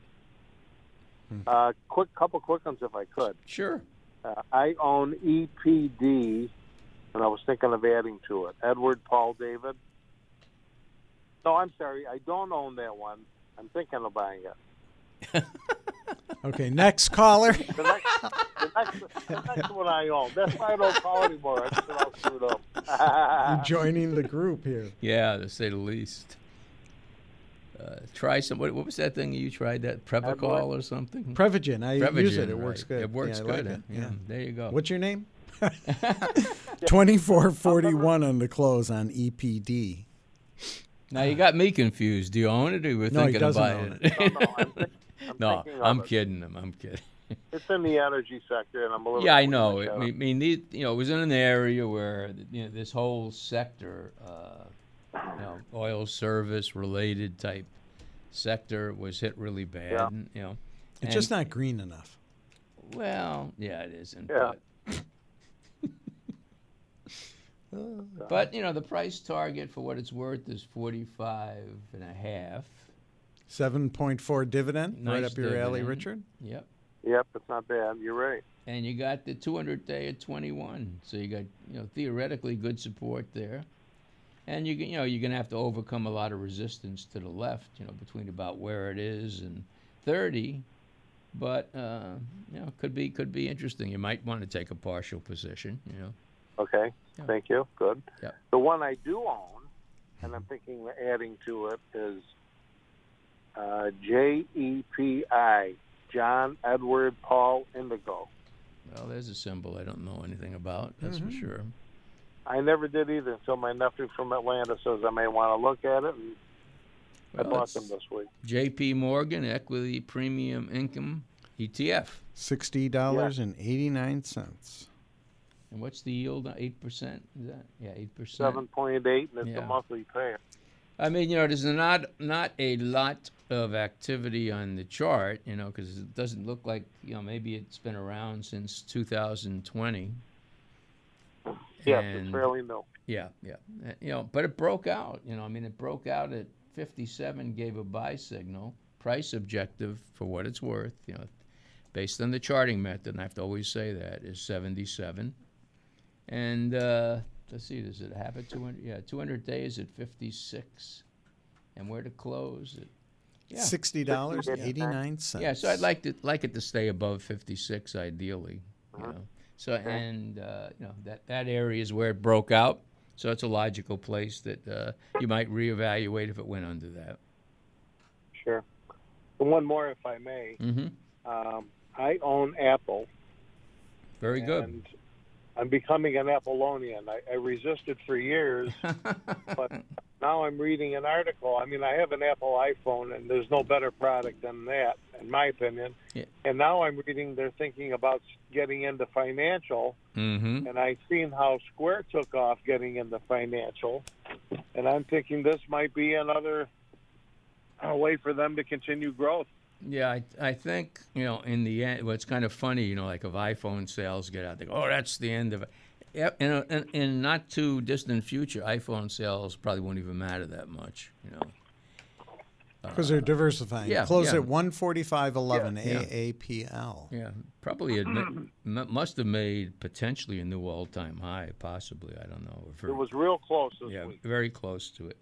Speaker 7: Uh, quick, couple quick ones if I could.
Speaker 2: Mm-hmm. Sure.
Speaker 7: Uh, I own EPD, and I was thinking of adding to it. Edward Paul David. No, I'm sorry. I don't own that one. I'm thinking of buying it.
Speaker 3: okay, next caller.
Speaker 7: The next, the next, the next one I own. That's why I don't call anymore. I get all screwed up.
Speaker 3: You're joining the group here.
Speaker 2: Yeah, to say the least. Uh, try some. What, what was that thing you tried? That Prevacol or something?
Speaker 3: Prevagen. I use it.
Speaker 2: Prevagen,
Speaker 3: It works
Speaker 2: right.
Speaker 3: good.
Speaker 2: It works
Speaker 3: yeah, I
Speaker 2: good.
Speaker 3: Like it.
Speaker 2: Yeah, there you go.
Speaker 3: What's your name? E Twenty four forty one on the close on EPD.
Speaker 2: Now you got me confused. Do you own it or you were
Speaker 3: No, he
Speaker 2: thinking
Speaker 3: doesn't
Speaker 2: about
Speaker 3: own
Speaker 2: it?
Speaker 7: Oh, No, no, I'm, think- I'm
Speaker 2: No,
Speaker 7: thinking of
Speaker 2: I'm
Speaker 7: it.
Speaker 2: kidding him. I'm kidding.
Speaker 7: It's in the energy sector, and I'm a little. uh,
Speaker 2: Yeah, I
Speaker 7: confused
Speaker 2: know.
Speaker 7: about
Speaker 2: I
Speaker 7: it.
Speaker 2: mean, mean these, you know, it was in an area where you know, this whole sector, uh, you know, oil service related type sector was hit really bad.
Speaker 7: Yeah.
Speaker 2: And, you know,
Speaker 3: It's just
Speaker 2: and-
Speaker 3: not green enough.
Speaker 2: Well, yeah, it isn't.
Speaker 7: Yeah.
Speaker 2: But, but you know, the price target for what it's worth is 45 and a half.
Speaker 3: Seven point four dividend, right
Speaker 2: Nice
Speaker 3: up your alley,
Speaker 2: dividend.
Speaker 3: Richard.
Speaker 2: Yep.
Speaker 7: Yep, it's not bad. You're right.
Speaker 2: and you got the 200 day at 21 so you got you know theoretically good support there and you can you know you're going to have to overcome a lot of resistance to the left you know between about where it is and 30 but uh, you know could be could be interesting you might want to take a partial position you know
Speaker 7: Okay.
Speaker 2: Yeah.
Speaker 7: Thank you. Good.
Speaker 2: Yeah.
Speaker 7: The one I do own, and I'm thinking of adding to it, is uh, JEPI, John Edward Paul Indigo.
Speaker 2: well there's a symbol i don't know anything about that's for sure
Speaker 7: I never did either until my nephew from Atlanta says I may want to look at it, and I
Speaker 2: Well,
Speaker 7: bought
Speaker 2: it's
Speaker 7: them this week.
Speaker 2: jp morgan equity premium income E etf
Speaker 3: Sixty dollars and eighty nine cents.
Speaker 2: and what's the yield 8% is that yeah 8%
Speaker 7: 7.8, and it's
Speaker 2: Yeah.
Speaker 7: a monthly payer.
Speaker 2: I mean, you know, there's not not a lot of activity on the chart, you know, because it doesn't look like you know maybe it's been around since 2020.
Speaker 7: Yes,
Speaker 2: And-
Speaker 7: it's fairly new.
Speaker 2: Yeah, yeah, Uh, you know, but it broke out. You know, I mean, it broke out at 57, gave a buy signal, price objective for what it's worth. You know, based on the charting method, and I have to always say that is 77, and uh, let's see, does it have a 200? Yeah, 200 days at 56, and where to close it. Yeah.
Speaker 3: Sixty dollars and eighty nine cents.
Speaker 2: Yeah, so I'd like to like it to stay above 56 ideally. You know? So and uh, you know that that area is where it broke out. So it's a logical place that uh, you might reevaluate if it went under that.
Speaker 7: Sure. And one more, if I may.
Speaker 2: Mm-hmm.
Speaker 7: Um, I own Apple.
Speaker 2: Very good.
Speaker 7: And I'm becoming an Apollonian. I, I resisted for years, but now I'm reading an article. I mean, I have an Apple iPhone, and there's no better product than that, in my opinion.
Speaker 2: Yeah.
Speaker 7: And now I'm reading they're thinking about getting into financial,
Speaker 2: Mm-hmm.
Speaker 7: and I've seen how Square took off getting into financial, and I'm thinking this might be another uh, way for them to continue growth.
Speaker 2: Yeah, I, I think you know in the end, what's kind of funny, you know, like if iPhone sales get out, they go, oh, that's the end of it. Yeah, in, a, in, in not too distant future, iPhone sales probably won't even matter that much, you know. Uh,
Speaker 3: because they're diversifying.
Speaker 2: yeah,
Speaker 3: Close
Speaker 2: yeah.
Speaker 3: at one forty five eleven
Speaker 2: Yeah.
Speaker 3: AAPL.
Speaker 2: Yeah, probably it ma- mu- must have made potentially a new all-time high, possibly. I don't know. Very,
Speaker 7: It was real close this
Speaker 2: yeah,
Speaker 7: week.
Speaker 2: very close to it.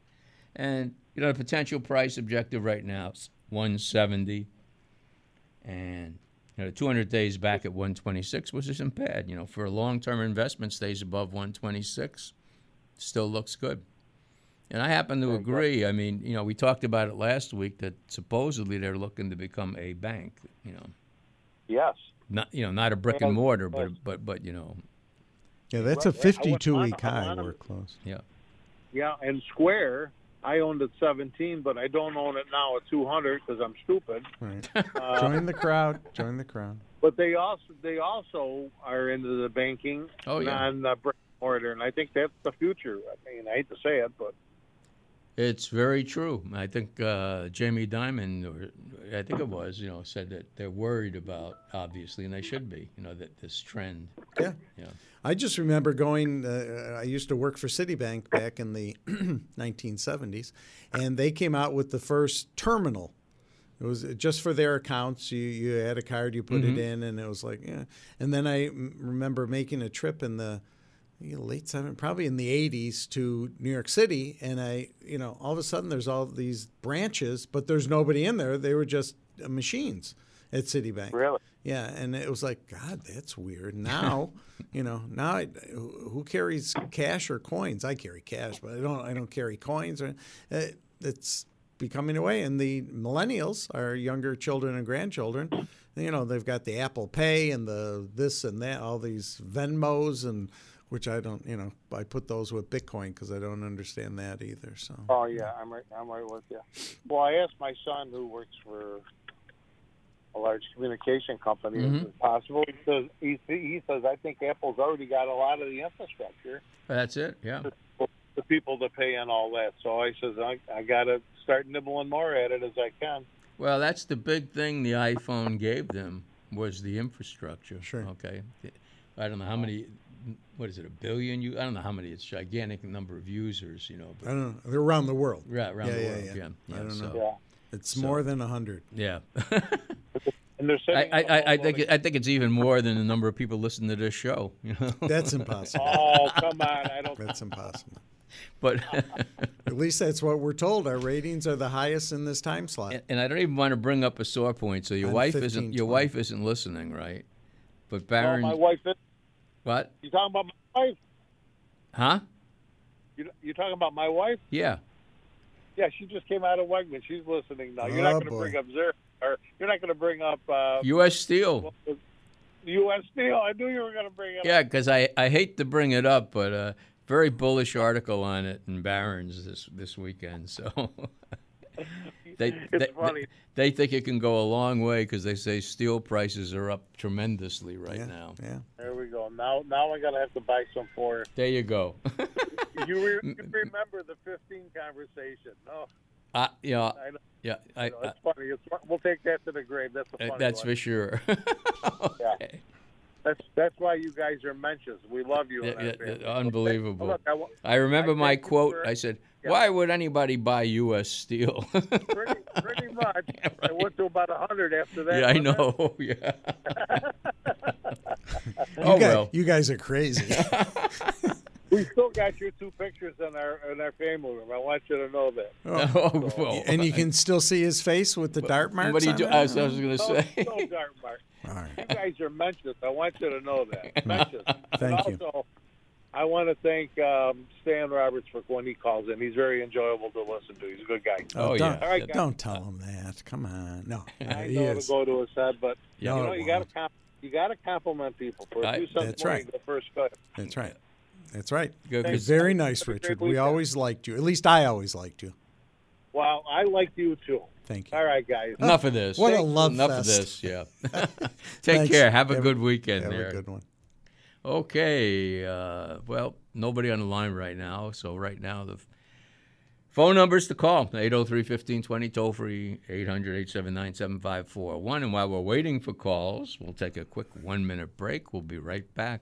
Speaker 2: And you know, the potential price objective right now is 170, and you know, 200 days back at 126, which isn't bad. You know, for a long-term investment, stays above 126, still looks good. And I happen to agree. I mean, you know, we talked about it last week that supposedly they're looking to become a bank. You know
Speaker 7: Yes.
Speaker 2: not you know not a brick and
Speaker 7: Yes,
Speaker 2: mortar, but
Speaker 7: yes.
Speaker 2: but but you know,
Speaker 3: Yeah, that's a
Speaker 7: Right, right. I
Speaker 3: fifty two
Speaker 7: want-
Speaker 3: week
Speaker 7: I
Speaker 3: high.
Speaker 7: want 'em.
Speaker 3: We're close.
Speaker 2: yeah,
Speaker 7: Yeah, and Square, I owned at 17, but I don't own it now at 200 because I'm stupid. Uh,
Speaker 3: Right. join the crowd. Join the crowd.
Speaker 7: But they also they also are into the banking
Speaker 2: Oh, yeah.
Speaker 7: on the brick and mortar, and I think that's the future. I mean, I hate to say it, but
Speaker 2: it's very true. I think uh, Jamie Dimon, or I think it was, you know, said that they're worried about obviously, and they should be, you know, that this trend.
Speaker 3: Yeah.
Speaker 2: You know.
Speaker 3: I just remember going. Uh, I used to work for Citibank back in the 1970s, and they came out with the first terminal. It was uh, just for their accounts. You you had a card, you put it in, and it was like, yeah. And then I m- remember making a trip in the you know, late seven, probably in the 80s to New York City, and I, you know, all of a sudden there's all these branches, but there's nobody in there. They were just uh, machines at Citibank.
Speaker 7: Really?
Speaker 3: Yeah, and it was like, God, that's weird. Now, you know, now I, who who carries cash or coins? I carry cash, but I don't. I don't carry coins. Or uh, it's becoming away, and the millennials, our younger children and grandchildren, you know, they've got the Apple Pay and the this and that, all these Venmos and which I don't, you know, I put those with Bitcoin because I don't understand that either. So
Speaker 7: Oh yeah, I'm right. I'm right with you. Well, I asked my son who works for a large communication company
Speaker 2: Mm-hmm.
Speaker 7: if it's possible. He says he, he says I think Apple's already got a lot of the infrastructure
Speaker 2: That's it. Yeah.
Speaker 7: for people to pay and all that. So I says I, I got to start nibbling more at it as I can.
Speaker 2: Well, that's the big thing the iPhone gave them was the infrastructure.
Speaker 3: Sure.
Speaker 2: Okay. I don't know how many. What is it? A billion? You? I don't know how many. It's gigantic number of users. You know.
Speaker 3: I
Speaker 2: But,
Speaker 3: don't know. They're around the world.
Speaker 2: right around
Speaker 3: yeah,
Speaker 2: the
Speaker 3: yeah,
Speaker 2: world.
Speaker 3: yeah.
Speaker 2: Yeah.
Speaker 3: I don't
Speaker 2: so,
Speaker 3: know.
Speaker 7: Yeah,
Speaker 3: It's more than hundred.
Speaker 2: Yeah.
Speaker 7: and they're
Speaker 2: I,
Speaker 7: sitting.
Speaker 2: I, I, I think I think it's even more than the number of people listening to this show. You know.
Speaker 3: That's impossible.
Speaker 7: Oh come on! I don't.
Speaker 3: That's impossible.
Speaker 2: but
Speaker 3: At least that's what we're told. Our ratings are the highest in this time slot.
Speaker 2: and I don't even want to bring up a sore point. So your
Speaker 3: I'm
Speaker 2: wife
Speaker 3: 15,
Speaker 2: isn't your
Speaker 3: 20.
Speaker 2: wife isn't listening, right? But
Speaker 7: Well,
Speaker 2: Baron,
Speaker 7: Oh, my wife. is-
Speaker 2: what?
Speaker 7: You talking about my wife?
Speaker 2: Huh?
Speaker 7: You you talking about my wife?
Speaker 2: Yeah.
Speaker 7: Yeah, she just came out of Wegman. She's listening now. You're
Speaker 3: Oh,
Speaker 7: not going to
Speaker 3: boy.
Speaker 7: bring up Zer, or you're not going to bring up uh,
Speaker 2: U.S. Steel.
Speaker 7: U.S. Steel. I knew you were going to bring it
Speaker 2: Yeah, because I, I hate to bring it up, but a very bullish article on it in Barron's this this weekend. So they, they,
Speaker 7: funny.
Speaker 2: they think it can go a long way because they say steel prices are up tremendously right
Speaker 3: yeah,
Speaker 2: now.
Speaker 3: yeah.
Speaker 7: There we go. Now, now I'm gonna have to buy some for her.
Speaker 2: There you go.
Speaker 7: You, re- you remember the 15 conversation? Oh. No,
Speaker 2: I, yeah,
Speaker 7: I know.
Speaker 2: yeah, I,
Speaker 7: no,
Speaker 2: I, Uh,
Speaker 7: it's funny. It's, fu- we'll take that to the grave. That's a funny
Speaker 2: that's
Speaker 7: one.
Speaker 2: for sure. Okay.
Speaker 7: That's that's why you guys are mentions. We love you.
Speaker 2: Yeah,
Speaker 7: in our
Speaker 2: yeah,
Speaker 7: family.
Speaker 2: yeah, unbelievable.
Speaker 7: Look, I, wa-
Speaker 2: I remember
Speaker 7: I
Speaker 2: my
Speaker 7: think you
Speaker 2: quote.
Speaker 7: were-
Speaker 2: I said,
Speaker 7: yeah.
Speaker 2: "Why would anybody buy U.S. Steel?"
Speaker 7: pretty, pretty much. I went to about 100 after that.
Speaker 2: yeah, I
Speaker 7: wasn't it?
Speaker 2: know. yeah.
Speaker 3: You
Speaker 2: oh
Speaker 3: guys,
Speaker 2: well.
Speaker 3: you guys are crazy.
Speaker 7: We still got your two pictures in our in our family room. I want you to know that.
Speaker 2: oh well.
Speaker 3: and you can still see his face with the dart marks.
Speaker 2: What do you
Speaker 3: on
Speaker 2: do?
Speaker 3: it?
Speaker 2: I was, I was going to
Speaker 7: No,
Speaker 2: say.
Speaker 7: no dark mark.
Speaker 3: All right.
Speaker 7: You guys are mentions. I want you to know that. Mentions. and
Speaker 3: Thank you.
Speaker 7: also, I want to thank um, Stan Roberts for when he calls in. He's very enjoyable to listen to. He's a good guy.
Speaker 2: Oh,
Speaker 3: don't,
Speaker 2: yeah.
Speaker 7: All right, guys.
Speaker 3: don't tell him that. Come on. No,
Speaker 7: I
Speaker 3: he
Speaker 7: know it'll
Speaker 3: is.
Speaker 7: go to his head, but
Speaker 2: Yeah.
Speaker 7: you
Speaker 3: No,
Speaker 7: know
Speaker 3: it
Speaker 7: you got to
Speaker 3: won't.
Speaker 7: comp- you got to compliment people for
Speaker 2: I-
Speaker 7: do something
Speaker 3: That's
Speaker 7: more
Speaker 3: right.
Speaker 7: than the first cut.
Speaker 3: That's right. That's right.
Speaker 2: Go, 'cause-
Speaker 3: Very nice,
Speaker 7: Have a great
Speaker 3: Richard. We
Speaker 7: weekend.
Speaker 3: always liked you. At least I always liked you.
Speaker 7: Wow, I like you too.
Speaker 3: Thank you.
Speaker 7: All right, guys.
Speaker 2: enough of this.
Speaker 3: What a love
Speaker 2: Enough of
Speaker 3: fest.
Speaker 2: this. Yeah. Take
Speaker 3: Thanks.
Speaker 2: care. Have a
Speaker 3: Have a-
Speaker 2: good weekend
Speaker 3: Have
Speaker 2: there.
Speaker 3: a good one.
Speaker 2: Okay. Uh, well, nobody on the line right now. So, right now, the f- phone numbers to call 803 1520, toll free 800 879 7541. And while we're waiting for calls, we'll take a quick one minute break. We'll be right back.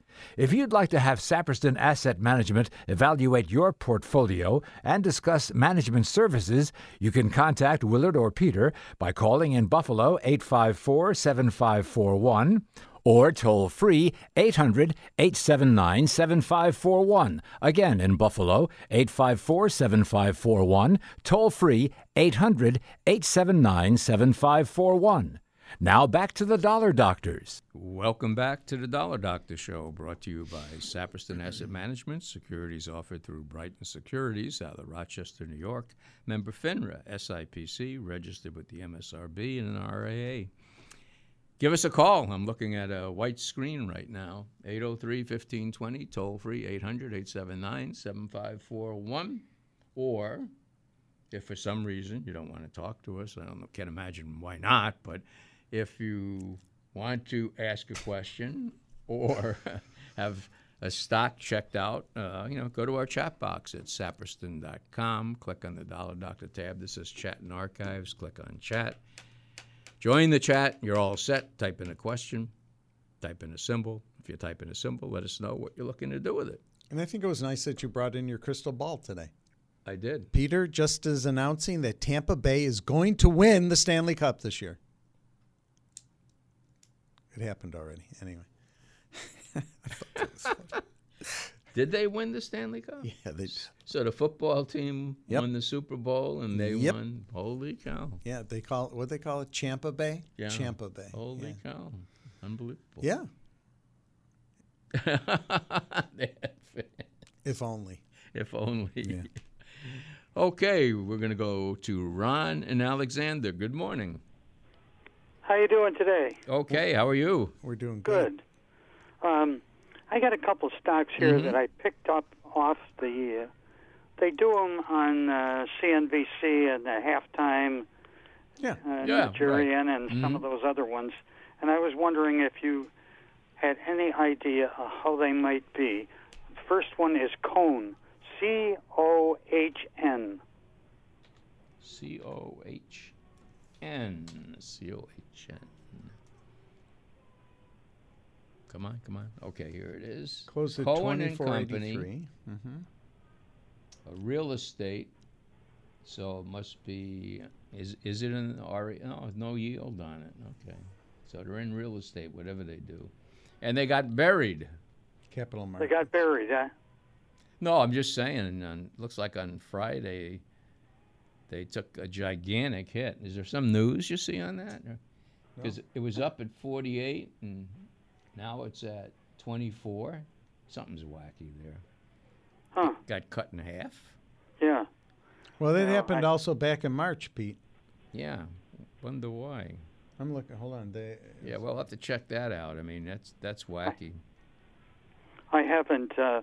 Speaker 1: If you'd like to have Saperston Asset Management evaluate your portfolio and discuss management services, you can contact Willard or Peter by calling in Buffalo 854 7541 or toll free 800 879 7541. Again, in Buffalo 854 7541, toll free 800 879 7541. Now back to the Dollar Doctors.
Speaker 2: Welcome back to the Dollar Doctor Show, brought to you by Saperston Asset Management. Securities offered through Brighton Securities out of Rochester, New York. Member FINRA, SIPC, registered with the MSRB and an RAA. Give us a call. I'm looking at a white screen right now. 803 1520, toll free 800 879 7541. Or if for some reason you don't want to talk to us, I don't know, can't imagine why not, but if you want to ask a question or have a stock checked out, uh, you know, go to our chat box at saperston.com, click on the Dollar Doctor tab that says Chat and Archives, click on Chat. Join the chat, you're all set. Type in a question, type in a symbol. If you type in a symbol, let us know what you're looking to do with it.
Speaker 3: And I think it was nice that you brought in your crystal ball today.
Speaker 2: I did.
Speaker 3: Peter just is announcing that Tampa Bay is going to win the Stanley Cup this year. It happened already. Anyway. I thought that was funny.
Speaker 2: Did they win the Stanley Cup?
Speaker 3: Yeah, they,
Speaker 2: So the football team
Speaker 3: Yep.
Speaker 2: won the Super Bowl and they
Speaker 3: Yep.
Speaker 2: won. Holy cow.
Speaker 3: yeah, they call it, what they call it, Champa Bay.
Speaker 2: Yeah. Oh,
Speaker 3: Champa Bay.
Speaker 2: Holy
Speaker 3: yeah.
Speaker 2: cow. Unbelievable.
Speaker 3: yeah,
Speaker 2: if
Speaker 3: if only.
Speaker 2: only. Okay, we're going to go to Ron and Alexander. Good morning.
Speaker 8: How you doing today?
Speaker 2: Okay, how are you?
Speaker 3: We're doing good.
Speaker 8: Good. Um, I got a couple stocks here
Speaker 2: Mm-hmm.
Speaker 8: that I picked up off the. Uh, they do them on uh, CNBC and the halftime
Speaker 3: Yeah.
Speaker 8: uh,
Speaker 2: Yeah, right. Mm-hmm.
Speaker 8: Nigerian and some of those other ones, and I was wondering if you had any idea of how they might be. First one is Cone, C O H N.
Speaker 2: C O H N. C O H N. Come on, come on. Okay, here it is.
Speaker 3: Close at
Speaker 2: Cohen and
Speaker 3: 2483.
Speaker 2: Company, uh, real estate. So it must be. Is is it an RE? No, E, oh, no yield on it. Okay, so they're in real estate, whatever they do, and they got buried.
Speaker 3: Capital
Speaker 8: They
Speaker 3: market.
Speaker 8: got buried, huh?
Speaker 2: No, I'm just saying. On, looks like on Friday, they took a gigantic hit. Is there some news you see on that? Because it was up at 48, and now it's at 24. Something's wacky there.
Speaker 8: Huh?
Speaker 2: Got cut in half.
Speaker 8: Yeah.
Speaker 3: well, that
Speaker 8: No,
Speaker 3: happened
Speaker 8: I-
Speaker 3: also back in March, Pete.
Speaker 2: Yeah. Wonder why.
Speaker 3: I'm looking. Hold on. They,
Speaker 2: Yeah, we'll have to check that out. I mean, that's that's wacky.
Speaker 8: I haven't. Uh,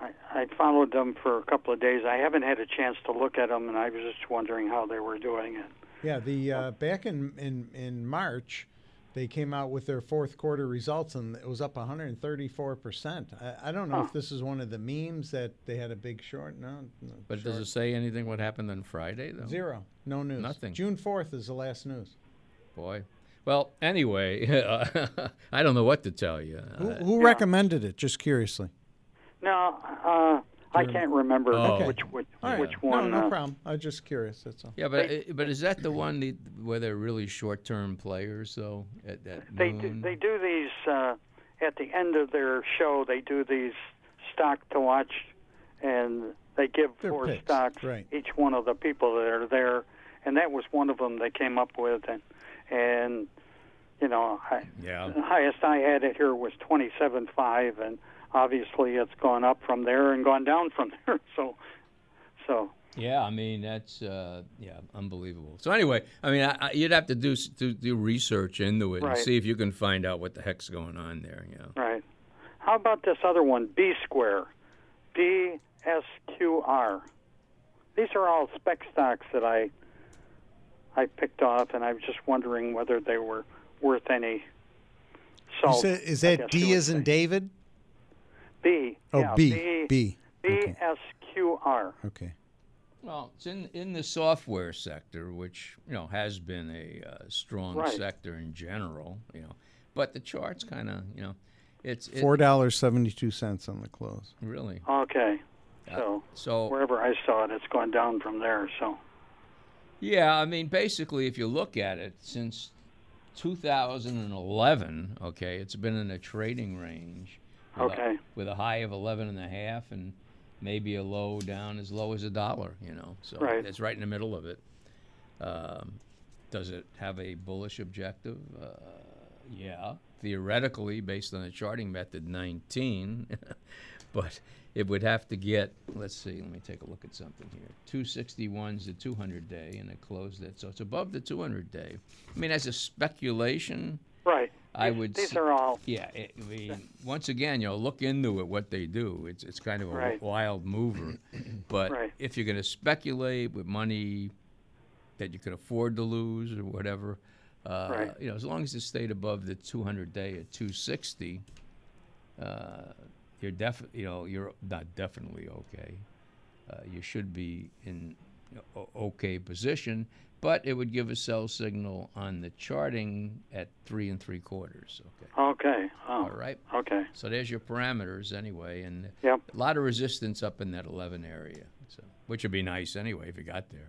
Speaker 8: I, I followed them for a couple of days. I haven't had a chance to look at them, and I was just wondering how they were doing it.
Speaker 3: Yeah, the uh, back in, in in March, they came out with their fourth quarter results, and it was up 134 percent. I, I don't know if this is one of the memes that they had a big short. No, no
Speaker 2: But
Speaker 3: short.
Speaker 2: does it say anything what happened on Friday though?
Speaker 3: zero, no news.
Speaker 2: Nothing.
Speaker 3: June 4th is the last news.
Speaker 2: Boy. Well, anyway, I don't know what to tell you. Uh,
Speaker 3: Who, who recommended it? Just curiously.
Speaker 8: No, uh, I can't remember
Speaker 2: Oh.
Speaker 8: which which,
Speaker 3: All right.
Speaker 8: which one.
Speaker 3: No, no
Speaker 8: uh,
Speaker 3: problem. I'm just curious. That's all.
Speaker 2: Yeah, but i- but is that the one the, where they're really short-term players though? At, at
Speaker 8: they do,
Speaker 2: noon?
Speaker 8: they do these uh, at the end of their show. They do these stock to watch, and they give
Speaker 3: Their
Speaker 8: four
Speaker 3: picks,
Speaker 8: stocks
Speaker 3: right.
Speaker 8: each one of the people that are there, and that was one of them they came up with, and and you know I,
Speaker 2: Yeah.
Speaker 8: the highest I had it here was twenty seven five, and obviously it's gone up from there and gone down from there. So so
Speaker 2: Yeah, I mean that's uh, yeah unbelievable. So anyway, I mean I, I, you'd have to do s- to do research into it
Speaker 8: Right.
Speaker 2: and see if you can find out what the heck's going on there. Yeah.
Speaker 8: right. How about this other one, B Square, B S Q R. These are all spec stocks that I I picked off, and I was just wondering whether they were worth any.
Speaker 3: You
Speaker 8: salt,
Speaker 3: said, is
Speaker 8: I
Speaker 3: that
Speaker 8: guess
Speaker 3: D
Speaker 8: you would
Speaker 3: as in
Speaker 8: say.
Speaker 3: David?
Speaker 8: B?
Speaker 3: Oh,
Speaker 8: yeah,
Speaker 3: B,
Speaker 8: B.
Speaker 3: B.
Speaker 8: B S Q R.
Speaker 3: Okay.
Speaker 2: Well, it's in in the software sector, which you know has been a uh, strong
Speaker 8: Right.
Speaker 2: sector in general. You know, but the chart's kind of you know, it's it,
Speaker 3: Four dollars seventy-two cents on the close.
Speaker 2: really
Speaker 8: Okay. So
Speaker 2: so.
Speaker 8: wherever I saw it, it's gone down from there. So
Speaker 2: Yeah, I mean, basically, if you look at it, since 2011, okay, it's been in a trading range. with a-
Speaker 8: Okay.
Speaker 2: with a high of 11 and a half and maybe a low down as low as a dollar, you know. So
Speaker 8: Right.
Speaker 2: it's right in the middle of it. Um, does it have a bullish objective? Uh, yeah. Theoretically, based on the charting method, 19. but it would have to get, let's see, let me take a look at something here. 261 is the 200 day, and it closed it. So it's above the 200 day. I mean, as a speculation,
Speaker 8: right.
Speaker 2: I
Speaker 8: These-
Speaker 2: would
Speaker 8: These
Speaker 2: say-
Speaker 8: are all
Speaker 2: yeah, it, I mean, once again, you know, look into it. What they do, it's it's kind of a
Speaker 8: Right.
Speaker 2: wild mover. But
Speaker 8: Right.
Speaker 2: if you're going to speculate with money that you can afford to lose or whatever, uh,
Speaker 8: Right.
Speaker 2: you know, as long as it stayed above the 200 day at 260, uh, you're def, you know, you're not definitely okay. Uh, you should be in you know, o- okay position, but it would give a sell signal on the charting at three and three quarters. Okay.
Speaker 8: okay. Oh,
Speaker 2: All right.
Speaker 8: Okay.
Speaker 2: So there's your parameters anyway, and
Speaker 8: Yep.
Speaker 2: a lot of resistance up in that 11 area, so which would be nice anyway if you got there.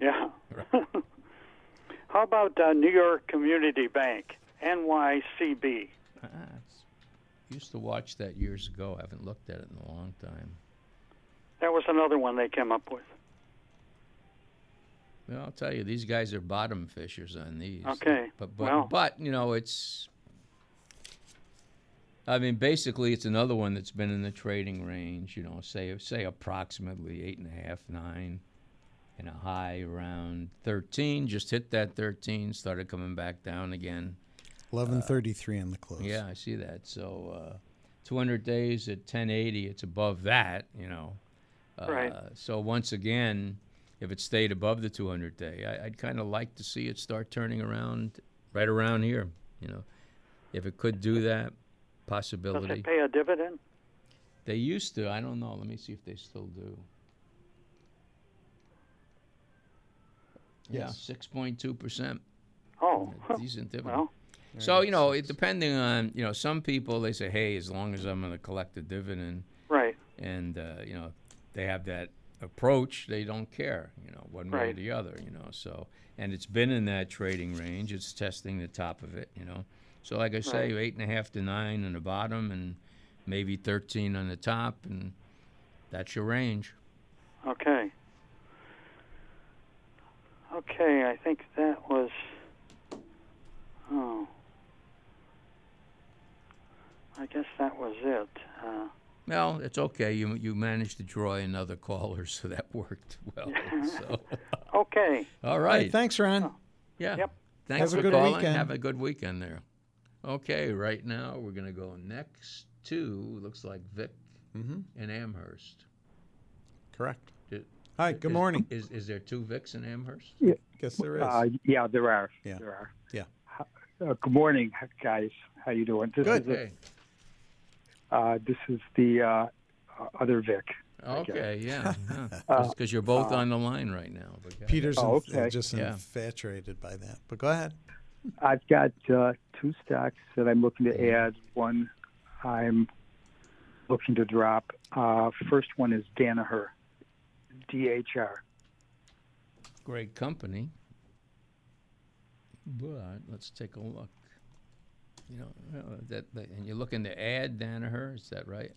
Speaker 8: Yeah. How about uh, New York Community Bank, NYCB?
Speaker 2: Ah, it's- Used to watch that years ago. I haven't looked at it in a long time.
Speaker 8: That was another one they came up with.
Speaker 2: Well, I'll tell you, these guys are bottom fishers on these.
Speaker 8: Okay,
Speaker 2: But but
Speaker 8: well.
Speaker 2: but you know, it's. I mean, basically, it's another one that's been in the trading range. You know, say say approximately eight and a half, nine, and a high around thirteen. Just hit that thirteen, started coming back down again.
Speaker 3: 1133 on the close.
Speaker 2: Yeah, I see that. So, uh, 200 days at 1080, it's above that, you know. Uh,
Speaker 8: Right.
Speaker 2: So once again, if it stayed above the 200 day, I, I'd kind of like to see it start turning around right around here. You know, if it could do that,
Speaker 8: Does
Speaker 2: possibility.
Speaker 8: it pay a dividend?
Speaker 2: They used to. I don't know. Let me see if they still do. Yeah, six point two percent.
Speaker 8: Oh,
Speaker 2: A decent dividend.
Speaker 8: well,
Speaker 2: so you know, it, depending on you know, some people they say, hey, as long as I'm going to collect a dividend,
Speaker 8: right.
Speaker 2: and uh, you know, they have that approach, they don't care, you know, one way or
Speaker 8: Right.
Speaker 2: the other, you know. So, and it's been in that trading range. It's testing the top of it, you know. So, like I say, eight and a half to nine on the bottom, and maybe thirteen on the top, and that's your range.
Speaker 8: Okay. Okay, I think that was. Oh. I guess that was it. Uh,
Speaker 2: Well, it's okay. You you managed to draw another caller, so that worked well. So,
Speaker 8: okay.
Speaker 2: all
Speaker 3: Hey,
Speaker 2: right.
Speaker 3: thanks, Ron.
Speaker 2: Yeah.
Speaker 8: Oh. Yep.
Speaker 2: Thanks
Speaker 3: Have a
Speaker 2: for
Speaker 3: good
Speaker 2: calling.
Speaker 3: weekend.
Speaker 2: Have a good weekend there. Okay, right now we're going to go next to, looks like Vic in Amherst.
Speaker 3: Mm-hmm. Correct.
Speaker 2: Did-
Speaker 3: Hi, good
Speaker 2: is-
Speaker 3: morning.
Speaker 2: Is, is there two Vics in Amherst?
Speaker 3: Guess there is.
Speaker 9: Uh, yeah, there are.
Speaker 3: Yeah.
Speaker 9: There are.
Speaker 3: Yeah.
Speaker 9: Uh, good morning, guys. How you doing? This
Speaker 3: Good.
Speaker 9: Is,
Speaker 2: Okay.
Speaker 9: uh, this is the uh, other Vic.
Speaker 2: Okay, yeah. Because you're both on the line right now. but go ahead.
Speaker 3: Uh, Peter's
Speaker 9: Oh,
Speaker 3: inf-
Speaker 9: okay.
Speaker 3: just
Speaker 2: Yeah.
Speaker 3: infatuated by that. But go ahead.
Speaker 9: I've got uh, two stocks that I'm looking to
Speaker 3: Mm-hmm.
Speaker 9: add. One I'm looking to drop. Uh, first one is Danaher, DHR.
Speaker 2: Great company. But let's take a look. You know, uh, that, that and you're looking to add Danaher, is that right?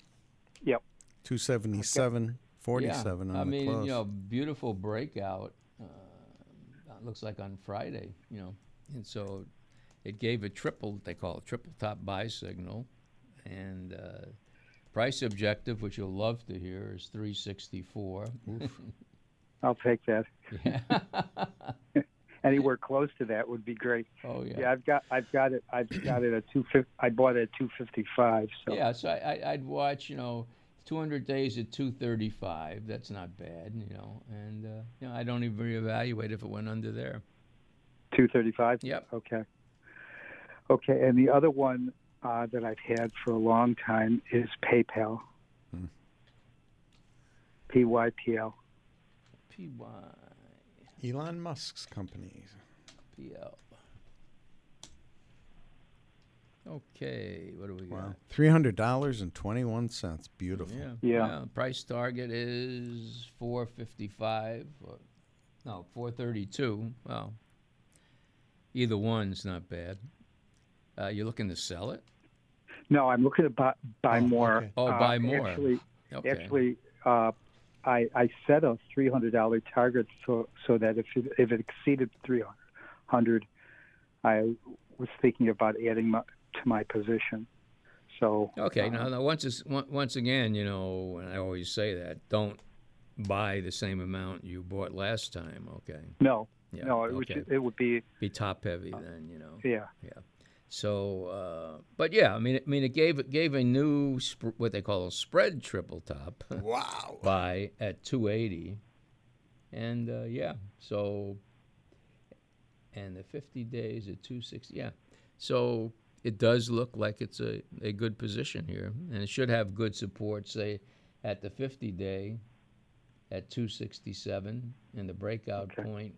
Speaker 9: Yep.
Speaker 3: 277, 47 on
Speaker 2: I
Speaker 3: the
Speaker 2: mean,
Speaker 3: close.
Speaker 2: you know, beautiful breakout. Uh, uh, looks like on Friday, you know, and so it gave a triple. They call it triple top buy signal, and uh, price objective, which you'll love to hear, is three sixty four.
Speaker 9: I'll take that. Anywhere close to that would be great.
Speaker 2: Oh yeah.
Speaker 9: Yeah, I've got, I've got it, I've got it at two fifty. I bought it at two fifty-five. So
Speaker 2: Yeah, so I, I, I'd watch, you know, 200 days at 235. That's not bad, you know. And, uh, you know, I don't even reevaluate if it went under there.
Speaker 9: Two thirty-five.
Speaker 2: Yep.
Speaker 9: Okay. Okay, and the other one uh, that I've had for a long time is PayPal.
Speaker 2: Hmm.
Speaker 9: PYPL.
Speaker 2: PYPL.
Speaker 3: Elon Musk's company.
Speaker 2: Okay, what do we got?
Speaker 3: Wow. $300.21. Beautiful.
Speaker 2: Yeah.
Speaker 9: Yeah.
Speaker 2: Price target is 455 or no, 432. Well, either one's not bad. Uh, you're looking to sell it?
Speaker 9: No, I'm looking to buy, buy
Speaker 3: Oh,
Speaker 9: more.
Speaker 3: okay.
Speaker 2: Oh,
Speaker 9: Uh,
Speaker 2: buy more.
Speaker 9: Actually,
Speaker 2: Okay.
Speaker 9: actually uh, I, I set a $300 target so, so that if it, if it exceeded 300 I was thinking about adding my, to my position. So uh,
Speaker 2: Okay. Now, now once it's, on- once again, you know, and I always say that, don't buy the same amount you bought last time. Okay.
Speaker 9: no,
Speaker 2: Yeah,
Speaker 9: no, it,
Speaker 2: okay.
Speaker 9: would, it would be,
Speaker 2: Be top heavy then, you know.
Speaker 9: yeah.
Speaker 2: Yeah. So, uh, but yeah, I mean, I mean, it gave it gave a new sp- what they call a spread triple top
Speaker 3: Wow.
Speaker 2: by at 280, and uh, yeah, so and the 50 days at 260, yeah, so it does look like it's a, a good position here, and it should have good support, say, at the 50 day at 267 and the breakout point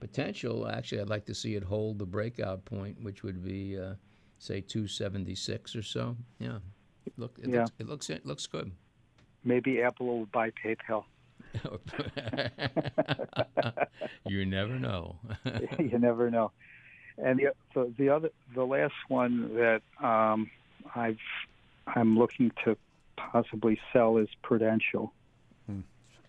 Speaker 2: potential. Actually, I'd like to see it hold the breakout point, which would be uh, say 276 or so. Yeah, look, it
Speaker 9: Yeah.
Speaker 2: looks it looks, it looks good.
Speaker 9: Maybe Apple will buy PayPal.
Speaker 2: you never know.
Speaker 9: you never know. And the, the the other the last one that um, I've I'm looking to possibly sell is Prudential.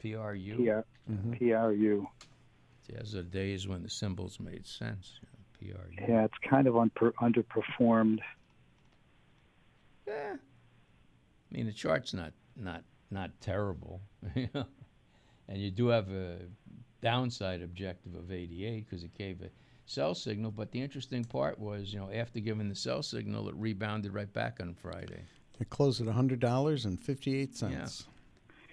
Speaker 2: PRU.
Speaker 9: PR, PRU.
Speaker 2: Mm-hmm. Those are days when the symbols made sense. you know, PRU.
Speaker 9: Yeah, it's kind of unper underperformed.
Speaker 2: Eh, I mean, the chart's not not not terrible, you know? and you do have a downside objective of 88 because it gave a sell signal. But the interesting part was, you know, after giving the sell signal, it rebounded right back on Friday.
Speaker 3: It closed at $100.58.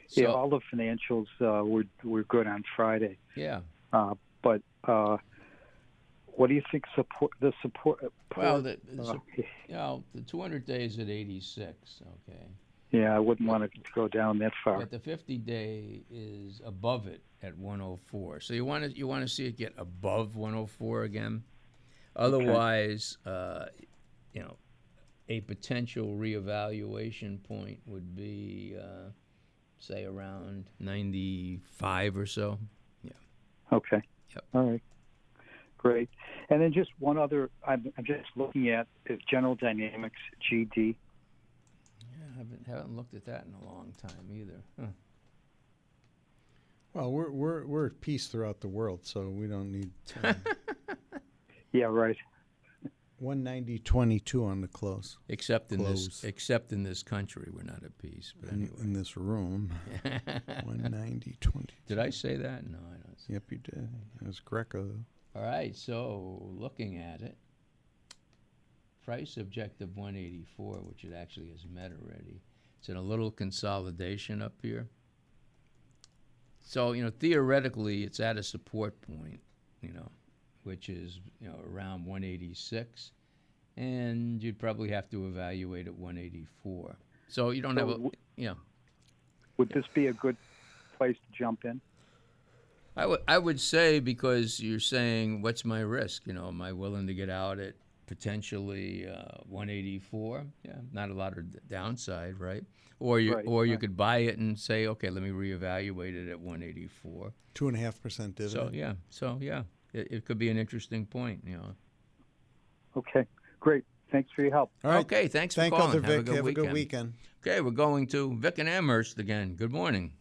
Speaker 2: So,
Speaker 9: yeah, all the financials uh, were were good on Friday,
Speaker 2: yeah.
Speaker 9: uh, but uh, what do you think support the support?
Speaker 2: Well, the, the,
Speaker 9: uh,
Speaker 2: so- you know, the 200 days at 86. Okay.
Speaker 9: yeah, I wouldn't want it to go down that far.
Speaker 2: But the 50 day is above it at 104. So you want to you want to see it get above 104 again. Otherwise, uh, you know, a potential reevaluation point would be uh, say around 95 or so.
Speaker 9: Okay.
Speaker 2: Yep.
Speaker 9: All right. Great. And then just one other. I'm, I'm just looking at is General Dynamics GD.
Speaker 2: Yeah, I haven't haven't looked at that in a long time either. Huh.
Speaker 3: Well, we're, we're, we're at peace throughout the world, so we don't need uh,
Speaker 9: Yeah. Right.
Speaker 3: 190.22 on the close
Speaker 2: Except in this
Speaker 3: Close.
Speaker 2: except in this country, we're not at peace. But
Speaker 3: in,
Speaker 2: anyway,
Speaker 3: in this room. 190.20.
Speaker 2: did I say that? No, I don't.
Speaker 3: Yep, you did. It was Greco.
Speaker 2: All right, so looking at it, price objective 184, which it actually has met already. It's in a little consolidation up here. So, you know, theoretically, it's at a support point, you know, which is, you know, around 186. And you'd probably have to evaluate at 184. So you don't have a,
Speaker 9: So
Speaker 2: yeah.
Speaker 9: Would this be a good place to jump in?
Speaker 2: I would I would say because you're saying what's my risk? You know, am I willing to get out at potentially uh, 184? Yeah, not a lot of d- downside, right? Or you
Speaker 9: Right,
Speaker 2: or you
Speaker 9: right.
Speaker 2: could buy it and say, okay, let me reevaluate it at 184.
Speaker 3: 2.5% dividend.
Speaker 2: So yeah, so yeah, it, it could be an interesting point. You know.
Speaker 9: Okay. Great. Thanks for your help.
Speaker 3: All right.
Speaker 2: Okay, thanks for
Speaker 3: Thank
Speaker 2: calling.
Speaker 3: Elder
Speaker 2: Have a
Speaker 3: Vic.
Speaker 2: good
Speaker 3: Have a good
Speaker 2: weekend.
Speaker 3: weekend.
Speaker 2: Okay, we're going to Vic and Amherst again. Good morning.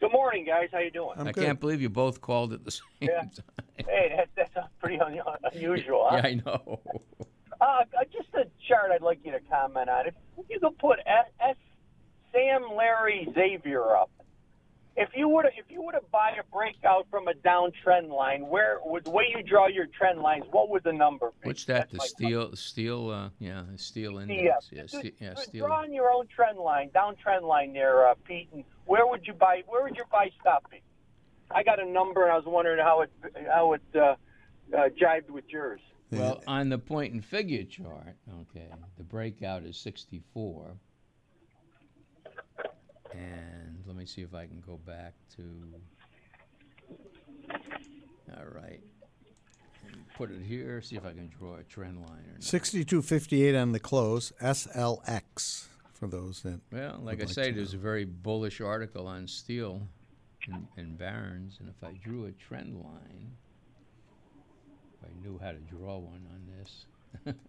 Speaker 5: Good morning, guys. How you doing?
Speaker 3: I'm
Speaker 2: I
Speaker 3: good.
Speaker 2: can't believe you both called at the same
Speaker 5: Yeah.
Speaker 2: time.
Speaker 5: Hey, that, that's pretty un- unusual. huh?
Speaker 2: Yeah, I know.
Speaker 5: Uh, just a chart I'd like you to comment on. If you could put S, S Sam Larry Xavier up, if you were to if you were to buy a breakout from a downtrend line, where would the way you draw your trend lines? What would the number be?
Speaker 2: What's that?
Speaker 5: That's
Speaker 2: The
Speaker 5: my
Speaker 2: steel, steel, uh, yeah, the steel
Speaker 5: question.
Speaker 2: index.
Speaker 5: Yeah,
Speaker 2: Yeah,
Speaker 5: just-
Speaker 2: ste- yeah,
Speaker 5: just
Speaker 2: steel.
Speaker 5: Draw on your own trend line, downtrend line there, uh, Pete. And where would you buy? Where would your buy stop be? I got a number, and I was wondering how it how it uh, uh, jived with yours.
Speaker 2: Well, on the point and figure chart, okay, the breakout is 64. And let me see if I can go back to. All right. And Put it here, see if I can draw a trend line or not.
Speaker 3: 62.58 on the close. SLX for those that.
Speaker 2: Well, like I
Speaker 3: like
Speaker 2: say,
Speaker 3: to
Speaker 2: there's a very bullish article on steel and, and Barron's, and if I drew a trend line, if I knew how to draw one on this.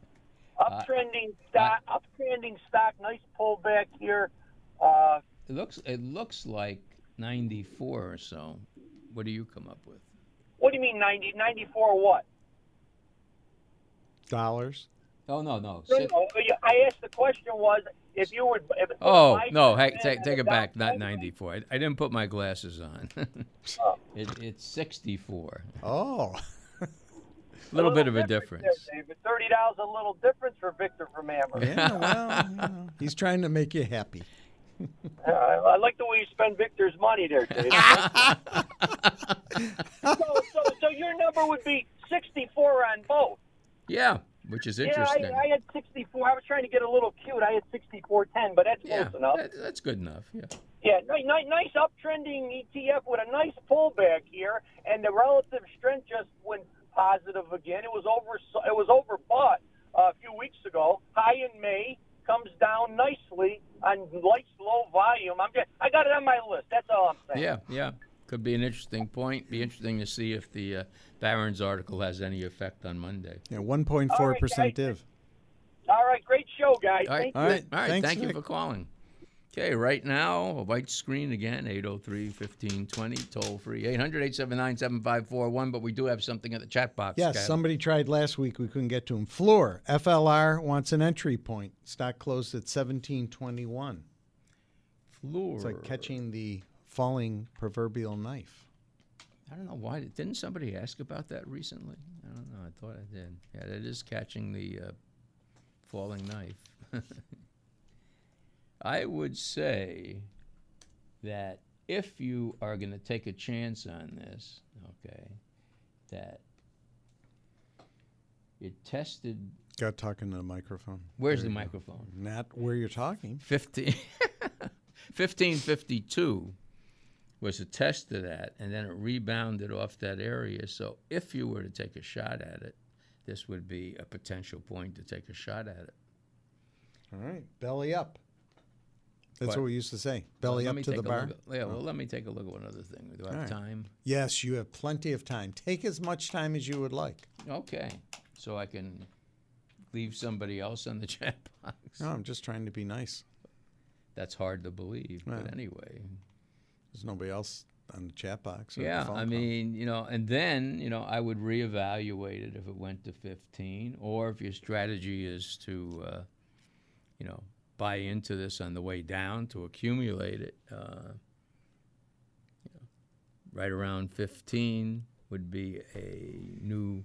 Speaker 2: Uh,
Speaker 5: Uptrending stock, uptrending stock, nice pullback here. Uh,
Speaker 2: It looks it looks like 94 or so. What do you come up with?
Speaker 5: what do you mean 90, 94 what?
Speaker 3: Dollars.
Speaker 2: Oh no no.
Speaker 5: No,
Speaker 2: Sit-
Speaker 5: no, I asked the question was if you would. If,
Speaker 2: oh
Speaker 5: if I
Speaker 2: no,
Speaker 5: could
Speaker 2: hey,
Speaker 5: spend
Speaker 2: take take it
Speaker 5: a
Speaker 2: back. Not
Speaker 5: dollar-
Speaker 2: 94. I, I didn't put my glasses on. it, it's 64.
Speaker 3: Oh.
Speaker 2: A little bit of a difference.
Speaker 5: there, David. Thirty dollars a little difference for Victor from Amherst.
Speaker 3: Yeah, well, you know, he's trying to make you happy.
Speaker 5: Uh, I like the way you spend Victor's money there, David. so, so, so your number would be sixty-four on both.
Speaker 2: Yeah, which is
Speaker 5: Yeah, I,
Speaker 2: interesting.
Speaker 5: I had sixty-four. I was trying to get a little cute. I had sixty-four ten, but that's
Speaker 2: yeah,
Speaker 5: close enough.
Speaker 2: that- that's good enough. Yeah.
Speaker 5: Yeah, ni- ni- nice uptrending ETF with a nice pullback here, and the relative strength just went positive again. It was over. It was overbought uh, a few weeks ago. High in May comes down nicely on light low volume. I'm just, I got it on my list. That's all I'm saying.
Speaker 2: Yeah, yeah. Could be an interesting point. Be interesting to see if the uh, Barron's article has any effect on Monday.
Speaker 3: Yeah, 1.4%
Speaker 5: All right, guys.
Speaker 3: div.
Speaker 10: All right, great show, guys.
Speaker 2: All right.
Speaker 10: Thank you.
Speaker 2: All right.
Speaker 3: All right. Thanks,
Speaker 2: Thank you
Speaker 3: Rick.
Speaker 2: for calling. Okay, right now, a white screen again, 803 1520, toll free, 800 879 7541. But we do have something at the chat box.
Speaker 3: Yes,
Speaker 2: Ken.
Speaker 3: somebody tried last week. We couldn't get to him. Floor FLR wants an entry point. Stock closed at seventeen twenty one.
Speaker 2: Fleur.
Speaker 3: It's like catching the falling proverbial knife.
Speaker 2: I don't know why. Didn't somebody ask about that recently? I don't know. I thought I did. Yeah, that is catching the uh, falling knife. I would say that if you are going to take a chance on this, okay, that it tested.
Speaker 3: Got talking to the microphone.
Speaker 2: Where's
Speaker 3: There
Speaker 2: the
Speaker 3: you go.
Speaker 2: microphone?
Speaker 3: Not where you're talking.
Speaker 2: 15, 1552 was a test of that, and then it rebounded off that area. So if you were to take a shot at it, this would be a potential point to take a shot at it.
Speaker 3: All right, belly up. That's
Speaker 2: What?
Speaker 3: what we used to say. Belly
Speaker 2: Let
Speaker 3: up
Speaker 2: me
Speaker 3: to
Speaker 2: take
Speaker 3: the
Speaker 2: a
Speaker 3: bar. Oh.
Speaker 2: look at- yeah, well, let me take a look at one other thing. Do I have
Speaker 3: All right.
Speaker 2: time?
Speaker 3: Yes, you have plenty of time. Take as much time as you would like.
Speaker 2: Okay. So I can leave somebody else on the chat box.
Speaker 3: No, I'm just trying to be nice.
Speaker 2: That's hard to believe,
Speaker 3: Yeah.
Speaker 2: but anyway.
Speaker 3: There's nobody else on the chat box. Or the
Speaker 2: Yeah,
Speaker 3: phone
Speaker 2: I
Speaker 3: call.
Speaker 2: mean, you know, and then you know, I would reevaluate it if it went to fifteen, or if your strategy is to, uh, you know, buy into this on the way down to accumulate it. Uh, you know, right around fifteen would be a new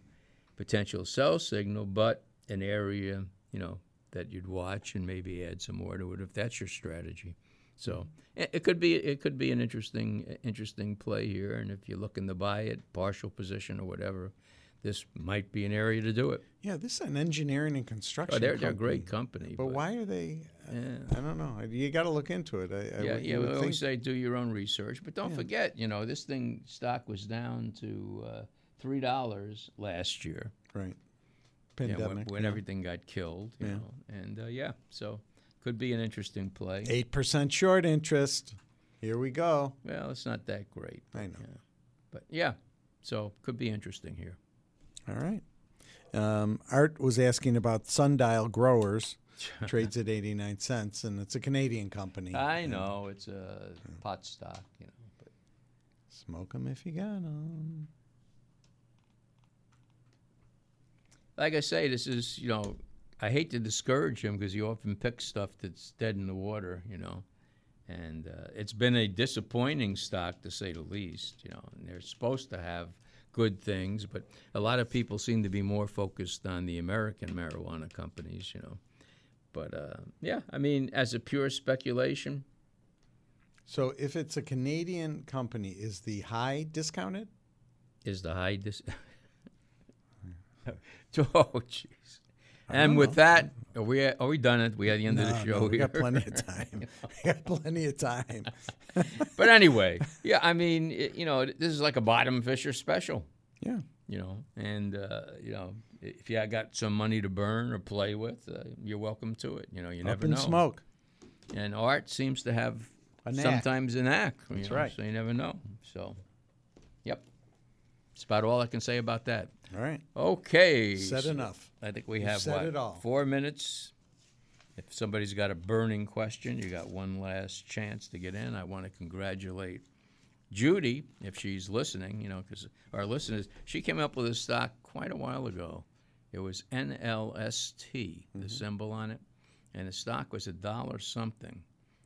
Speaker 2: potential sell signal, but an area you know that you'd watch and maybe add some more to it if that's your strategy. So eh, it it could be it could be an interesting interesting play here, and if you're looking to buy it, partial position or whatever, this might be an area to do it.
Speaker 3: yeah, this is an engineering and construction.
Speaker 2: Oh, they're
Speaker 3: company.
Speaker 2: they're a great company,
Speaker 3: But why are they? I don't know. You got to look into it. I, I
Speaker 2: Yeah,
Speaker 3: would- you
Speaker 2: yeah.
Speaker 3: would
Speaker 2: We always
Speaker 3: think-
Speaker 2: say do your own research, but don't forget, you know, this thing stock was down to uh, three dollars last year.
Speaker 3: right.
Speaker 2: you know,
Speaker 3: Pandemic.
Speaker 2: when, when everything got killed, you know, and uh, yeah, so could be an interesting play.
Speaker 3: Eight percent short interest. Here we go.
Speaker 2: Well, it's not that great,
Speaker 3: I know.
Speaker 2: but yeah, so could be interesting here.
Speaker 3: All right. Um, Art was asking about Sundial Growers. Trades at 89 cents, and it's a Canadian company.
Speaker 2: I know it's a pot stock, you know. But
Speaker 3: Smoke 'em if you got 'em.
Speaker 2: like I say, this is you know, I hate to discourage him because he often picks stuff that's dead in the water, you know, and uh, it's been a disappointing stock to say the least, you know. And they're supposed to have good things, but a lot of people seem to be more focused on the American marijuana companies, you know. But uh, yeah, I mean, as a pure speculation,
Speaker 3: So if it's a Canadian company, is the high discounted?
Speaker 2: is the high dis. oh jeez.
Speaker 3: don't
Speaker 2: And with
Speaker 3: know.
Speaker 2: that, are we are we done? At we at the end of the
Speaker 3: No,
Speaker 2: show
Speaker 3: no, we got
Speaker 2: here?
Speaker 3: plenty of time. we got plenty of time.
Speaker 2: but anyway, yeah, I mean, it, you know, this is like a bottom fisher special,
Speaker 3: Yeah.
Speaker 2: you know, and uh, you know, if you got some money to burn or play with, uh, you're welcome to it. You know, you
Speaker 3: Up
Speaker 2: never
Speaker 3: in
Speaker 2: know.
Speaker 3: smoke.
Speaker 2: And art seems to have
Speaker 3: A knack.
Speaker 2: sometimes an act.
Speaker 3: That's right.
Speaker 2: So you never know. So, yep, that's about all I can say about that.
Speaker 3: All right.
Speaker 2: Okay.
Speaker 3: Said
Speaker 2: so
Speaker 3: enough.
Speaker 2: I think we
Speaker 3: You've
Speaker 2: have
Speaker 3: said
Speaker 2: what,
Speaker 3: it all.
Speaker 2: four minutes. If somebody's got a burning question, you got one last chance to get in. I want to congratulate Judy if she's listening. You know, because our listeners, she came up with this stock quite a while ago. It was NLST, the symbol on it, and the stock was a dollar something,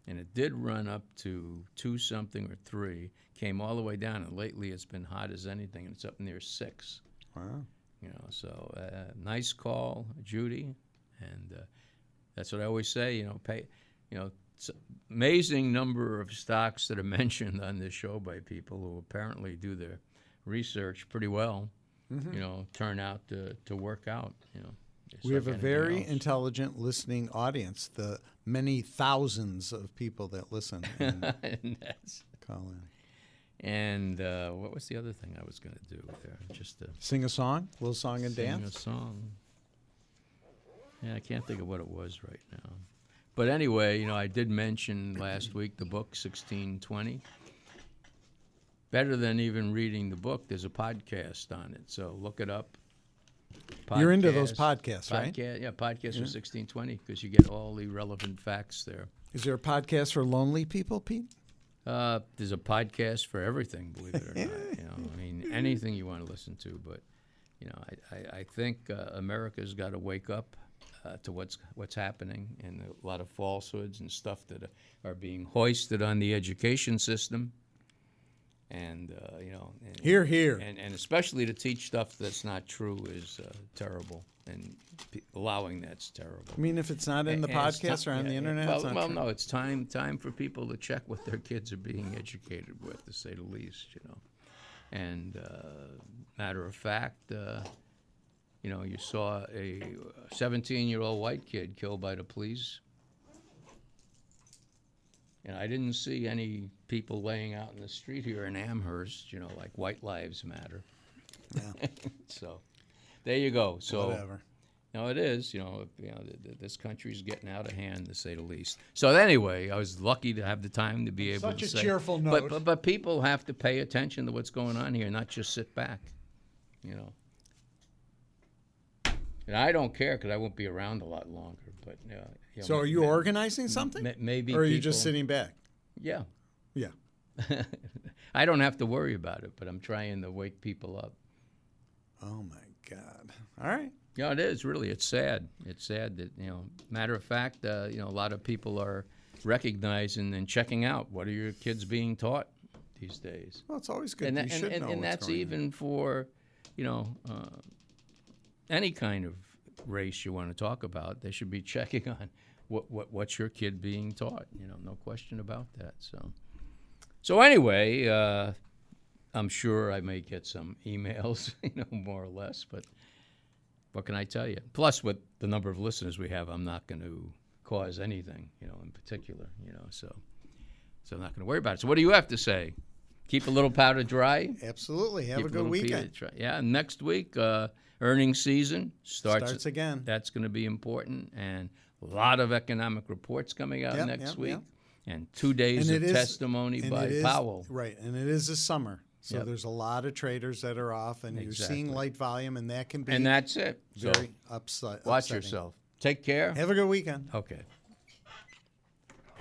Speaker 2: and it did run up to two something or three. Came all the way down, and lately it's been hot as anything, and it's up near six.
Speaker 3: Wow.
Speaker 2: You know, so uh, nice call, Judy, and uh, that's what I always say. You know, pay. You know, it's amazing number of stocks that are mentioned on this show by people who apparently do their research pretty well.
Speaker 3: Mm-hmm.
Speaker 2: You know, turn out to to work out. You know, just
Speaker 3: We
Speaker 2: like
Speaker 3: have a
Speaker 2: anything
Speaker 3: very
Speaker 2: else.
Speaker 3: intelligent listening audience, the many thousands of people that listen and
Speaker 2: and that's,
Speaker 3: call in.
Speaker 2: and uh, what was the other thing I was going to do there? Just to
Speaker 3: Sing a song, little song and
Speaker 2: sing
Speaker 3: dance.
Speaker 2: a song. Yeah, I can't think of what it was right now. But anyway, you know, I did mention last week the book 1620. Better than even reading the book, there's a podcast on it. So look it up.
Speaker 3: You're into those
Speaker 2: Podcast,
Speaker 3: podcasts, right?
Speaker 2: Podca- Yeah, podcast for sixteen twenty because you get all the relevant facts there.
Speaker 3: Is there a podcast for lonely people, Pete?
Speaker 2: Uh, there's a podcast for everything, believe it or not. You know, I mean, anything you want to listen to, but you know, I, I, I think uh, America's got to wake up uh, to what's what's happening and a lot of falsehoods and stuff that are, are being hoisted on the education system. And uh, you know, and,
Speaker 3: Hear, hear.
Speaker 2: and and especially to teach stuff that's not true is uh, terrible, and p- allowing that's terrible.
Speaker 3: I mean, if it's not in the
Speaker 2: And it's ti-
Speaker 3: podcast or on
Speaker 2: yeah,
Speaker 3: the
Speaker 2: yeah.
Speaker 3: internet,
Speaker 2: Well,
Speaker 3: it's not
Speaker 2: well,
Speaker 3: true.
Speaker 2: no, it's time time for people to check what their kids are being educated with, to say the least, you know. And uh, matter of fact, uh, you know, you saw a 17 year old white kid killed by the police. And I didn't see any people laying out in the street here in Amherst, you know, like White Lives Matter. so, there you go. So,
Speaker 3: Whatever.
Speaker 2: no, it is. You know, you know th- th- this country's getting out of hand, to say the least. So anyway, I was lucky to have the time to be able
Speaker 3: Such
Speaker 2: to
Speaker 3: a
Speaker 2: say.
Speaker 3: cheerful
Speaker 2: uh, But,
Speaker 3: note.
Speaker 2: but but people have to pay attention to what's going on here, not just sit back. You know. And I don't care because I won't be around a lot longer. But uh, you know,
Speaker 3: So, are you organizing something?
Speaker 2: ma- maybe
Speaker 3: or are you just
Speaker 2: people-
Speaker 3: sitting back?
Speaker 2: yeah,
Speaker 3: Yeah.
Speaker 2: I don't have to worry about it, but I'm trying to wake people up.
Speaker 3: Oh my God. All right.
Speaker 2: Yeah, it is really. It's sad. It's sad that you know. Matter of fact, uh, you know, a lot of people are recognizing and checking out what are your kids being taught these days,
Speaker 3: Well, it's always good.
Speaker 2: and
Speaker 3: you
Speaker 2: tha- and,
Speaker 3: should
Speaker 2: and,
Speaker 3: know
Speaker 2: and
Speaker 3: what's
Speaker 2: that's
Speaker 3: going on.
Speaker 2: even for, you know, uh, any kind of race you want to talk about. They should be checking on what, what what's your kid being taught. You know, no question about that. So, so anyway. Uh, I'm sure I may get some emails, you know, more or less, but what can I tell you? Plus, with the number of listeners we have, I'm not going to cause anything, you know, in particular, you know, so so I'm not going to worry about it. So, what do you have to say? Keep a little powder dry.
Speaker 3: Absolutely. Have
Speaker 2: keep
Speaker 3: a good
Speaker 2: little powder
Speaker 3: weekend.
Speaker 2: dry. Yeah, and next week, uh, earnings season starts,
Speaker 3: Starts again.
Speaker 2: That's going to be important, and a lot of economic reports coming out
Speaker 3: Yep,
Speaker 2: next
Speaker 3: yep,
Speaker 2: week,
Speaker 3: yep.
Speaker 2: and two days of testimony
Speaker 3: and
Speaker 2: by
Speaker 3: it is-
Speaker 2: Powell.
Speaker 3: Right. And it is a summer. So
Speaker 2: Yep.
Speaker 3: there's a lot of traders that are off, and you're
Speaker 2: Exactly.
Speaker 3: seeing light volume, and that can be
Speaker 2: And that's it. So,
Speaker 3: very upset.
Speaker 2: watch
Speaker 3: upsetting.
Speaker 2: yourself. Take care.
Speaker 3: Have a good weekend.
Speaker 2: Okay.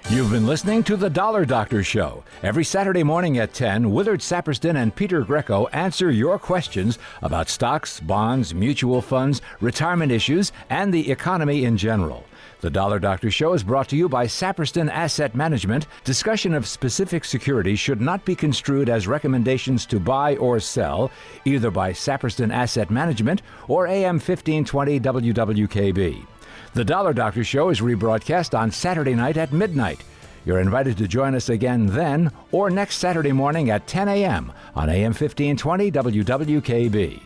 Speaker 1: You've been listening to The Dollar Doctor Show. Every Saturday morning at 10, Willard Saperston and Peter Greco answer your questions about stocks, bonds, mutual funds, retirement issues, and the economy in general. The Dollar Doctor Show is brought to you by Saperston Asset Management. Discussion of specific securities should not be construed as recommendations to buy or sell, either by Saperston Asset Management or AM 1520 WWKB. The Dollar Doctor Show is rebroadcast on Saturday night at midnight. You're invited to join us again then or next Saturday morning at 10 a.m. on AM 1520 WWKB.